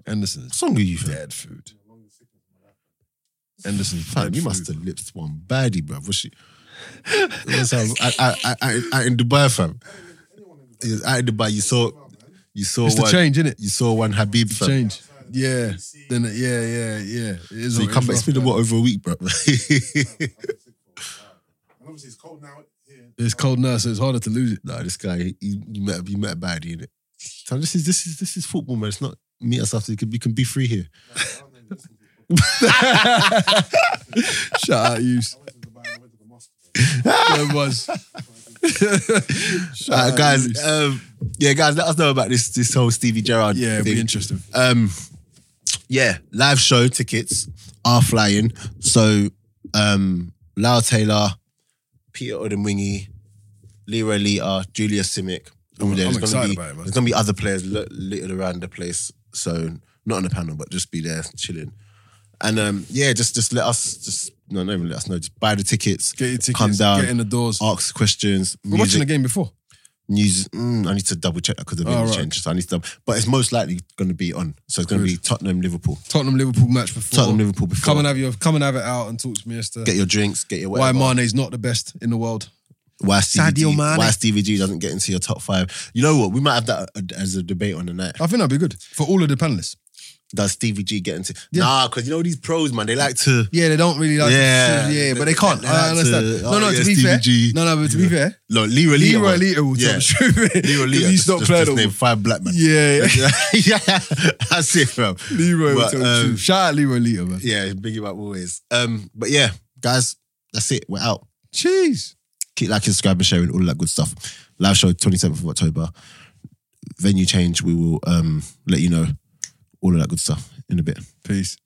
[SPEAKER 2] Henderson's
[SPEAKER 1] What song are you fam?
[SPEAKER 2] dead food. Henderson's
[SPEAKER 1] Fam,
[SPEAKER 2] dead
[SPEAKER 1] you
[SPEAKER 2] food.
[SPEAKER 1] must have lips one baddie, bruv. Was she? That's how- I- I- I- I- out in Dubai, fam. Yes, Out in Dubai, you saw, you saw
[SPEAKER 2] It's the
[SPEAKER 1] one,
[SPEAKER 2] change, isn't it?
[SPEAKER 1] you saw one Habib, fam.
[SPEAKER 2] Change. Yeah. Then it- yeah, yeah, yeah. It is
[SPEAKER 1] So you
[SPEAKER 2] it's
[SPEAKER 1] come back. It's
[SPEAKER 2] rough,
[SPEAKER 1] been
[SPEAKER 2] man.
[SPEAKER 1] what over a week, bro.
[SPEAKER 5] And obviously it's cold now here.
[SPEAKER 2] It's cold now, so it's harder to lose it.
[SPEAKER 1] no, this guy, he, you met, you met a baddie, innit? So this is this is this is football, man. It's not meet us after. You can, you can be free here.
[SPEAKER 5] I don't know, listen to it.
[SPEAKER 2] Shout out you.
[SPEAKER 5] I went to Dubai and I went to the mosque.
[SPEAKER 2] There was.
[SPEAKER 1] Uh,
[SPEAKER 2] Shout out
[SPEAKER 1] guys,
[SPEAKER 2] Yous.
[SPEAKER 1] um, yeah, guys, let us know about this this whole Stevie Gerrard.
[SPEAKER 2] yeah, it'd
[SPEAKER 1] thing.
[SPEAKER 2] be interesting.
[SPEAKER 1] um yeah, live show tickets are flying. So um Lau Taylor, Peter Odemwingie, Leroy Lita, Julia Simic. all
[SPEAKER 2] I'm-
[SPEAKER 1] there.
[SPEAKER 2] I'm
[SPEAKER 1] There's gonna
[SPEAKER 2] excited
[SPEAKER 1] be-
[SPEAKER 2] about it, man.
[SPEAKER 1] There's gonna be other players li- littered around the place. So not on the panel, but just be there chilling. And um yeah, just just let us just no, not even let us know. Just buy the tickets.
[SPEAKER 2] Get your tickets.
[SPEAKER 1] Come down.
[SPEAKER 2] Get in the doors.
[SPEAKER 1] Ask questions.
[SPEAKER 2] We're
[SPEAKER 1] music-
[SPEAKER 2] watching the game before.
[SPEAKER 1] news. Mm, I need to double check that because the video
[SPEAKER 2] Oh, right.
[SPEAKER 1] changed. So I need to, double, but it's most likely going to be on. So it's going to be
[SPEAKER 2] Good.
[SPEAKER 1] Tottenham Liverpool.
[SPEAKER 2] Tottenham Liverpool match before.
[SPEAKER 1] Tottenham Liverpool before.
[SPEAKER 2] Come and have your come and have it out and talk to me, Esther.
[SPEAKER 1] get your drinks. Get your
[SPEAKER 2] Why
[SPEAKER 1] whatever.
[SPEAKER 2] Mane's not the best in the world.
[SPEAKER 1] Why Stevie G,
[SPEAKER 2] Sadio Mane.
[SPEAKER 1] Why Stevie G doesn't get into your top five? You know what? We might have that uh, as a debate on the night.
[SPEAKER 2] I think that'd be good for all of the panelists.
[SPEAKER 1] Does Stevie G get into?
[SPEAKER 2] Yeah.
[SPEAKER 1] Nah, because you know these pros, man. They like to.
[SPEAKER 2] Yeah, they don't really like.
[SPEAKER 1] Yeah.
[SPEAKER 2] yeah, but they can't.
[SPEAKER 1] They
[SPEAKER 2] I
[SPEAKER 1] like to-
[SPEAKER 2] understand. no,
[SPEAKER 1] oh,
[SPEAKER 2] no.
[SPEAKER 1] yeah,
[SPEAKER 2] to be
[SPEAKER 1] Stevie
[SPEAKER 2] fair,
[SPEAKER 1] G.
[SPEAKER 2] no, no. But to be fair,
[SPEAKER 1] No, Leroy Lita.
[SPEAKER 2] Leroy
[SPEAKER 1] man.
[SPEAKER 2] Lita will
[SPEAKER 1] Yeah.
[SPEAKER 2] tell the truth.
[SPEAKER 1] Leroy Lita.
[SPEAKER 2] He's not
[SPEAKER 1] just,
[SPEAKER 2] playing.
[SPEAKER 1] just
[SPEAKER 2] all-
[SPEAKER 1] name five black men.
[SPEAKER 2] Yeah, yeah.
[SPEAKER 1] yeah, that's it, fam.
[SPEAKER 2] Leroy will
[SPEAKER 1] But,
[SPEAKER 2] tell the
[SPEAKER 1] um,
[SPEAKER 2] truth. Shout out Leroy Lita, man.
[SPEAKER 1] Yeah, big up always. Um, but yeah, guys, that's it. We're out.
[SPEAKER 2] Jeez.
[SPEAKER 1] keep liking, subscribing, sharing, all that good stuff. Live show 27th of October. Venue change, we will um, let you know all of that good stuff in a bit.
[SPEAKER 2] Peace.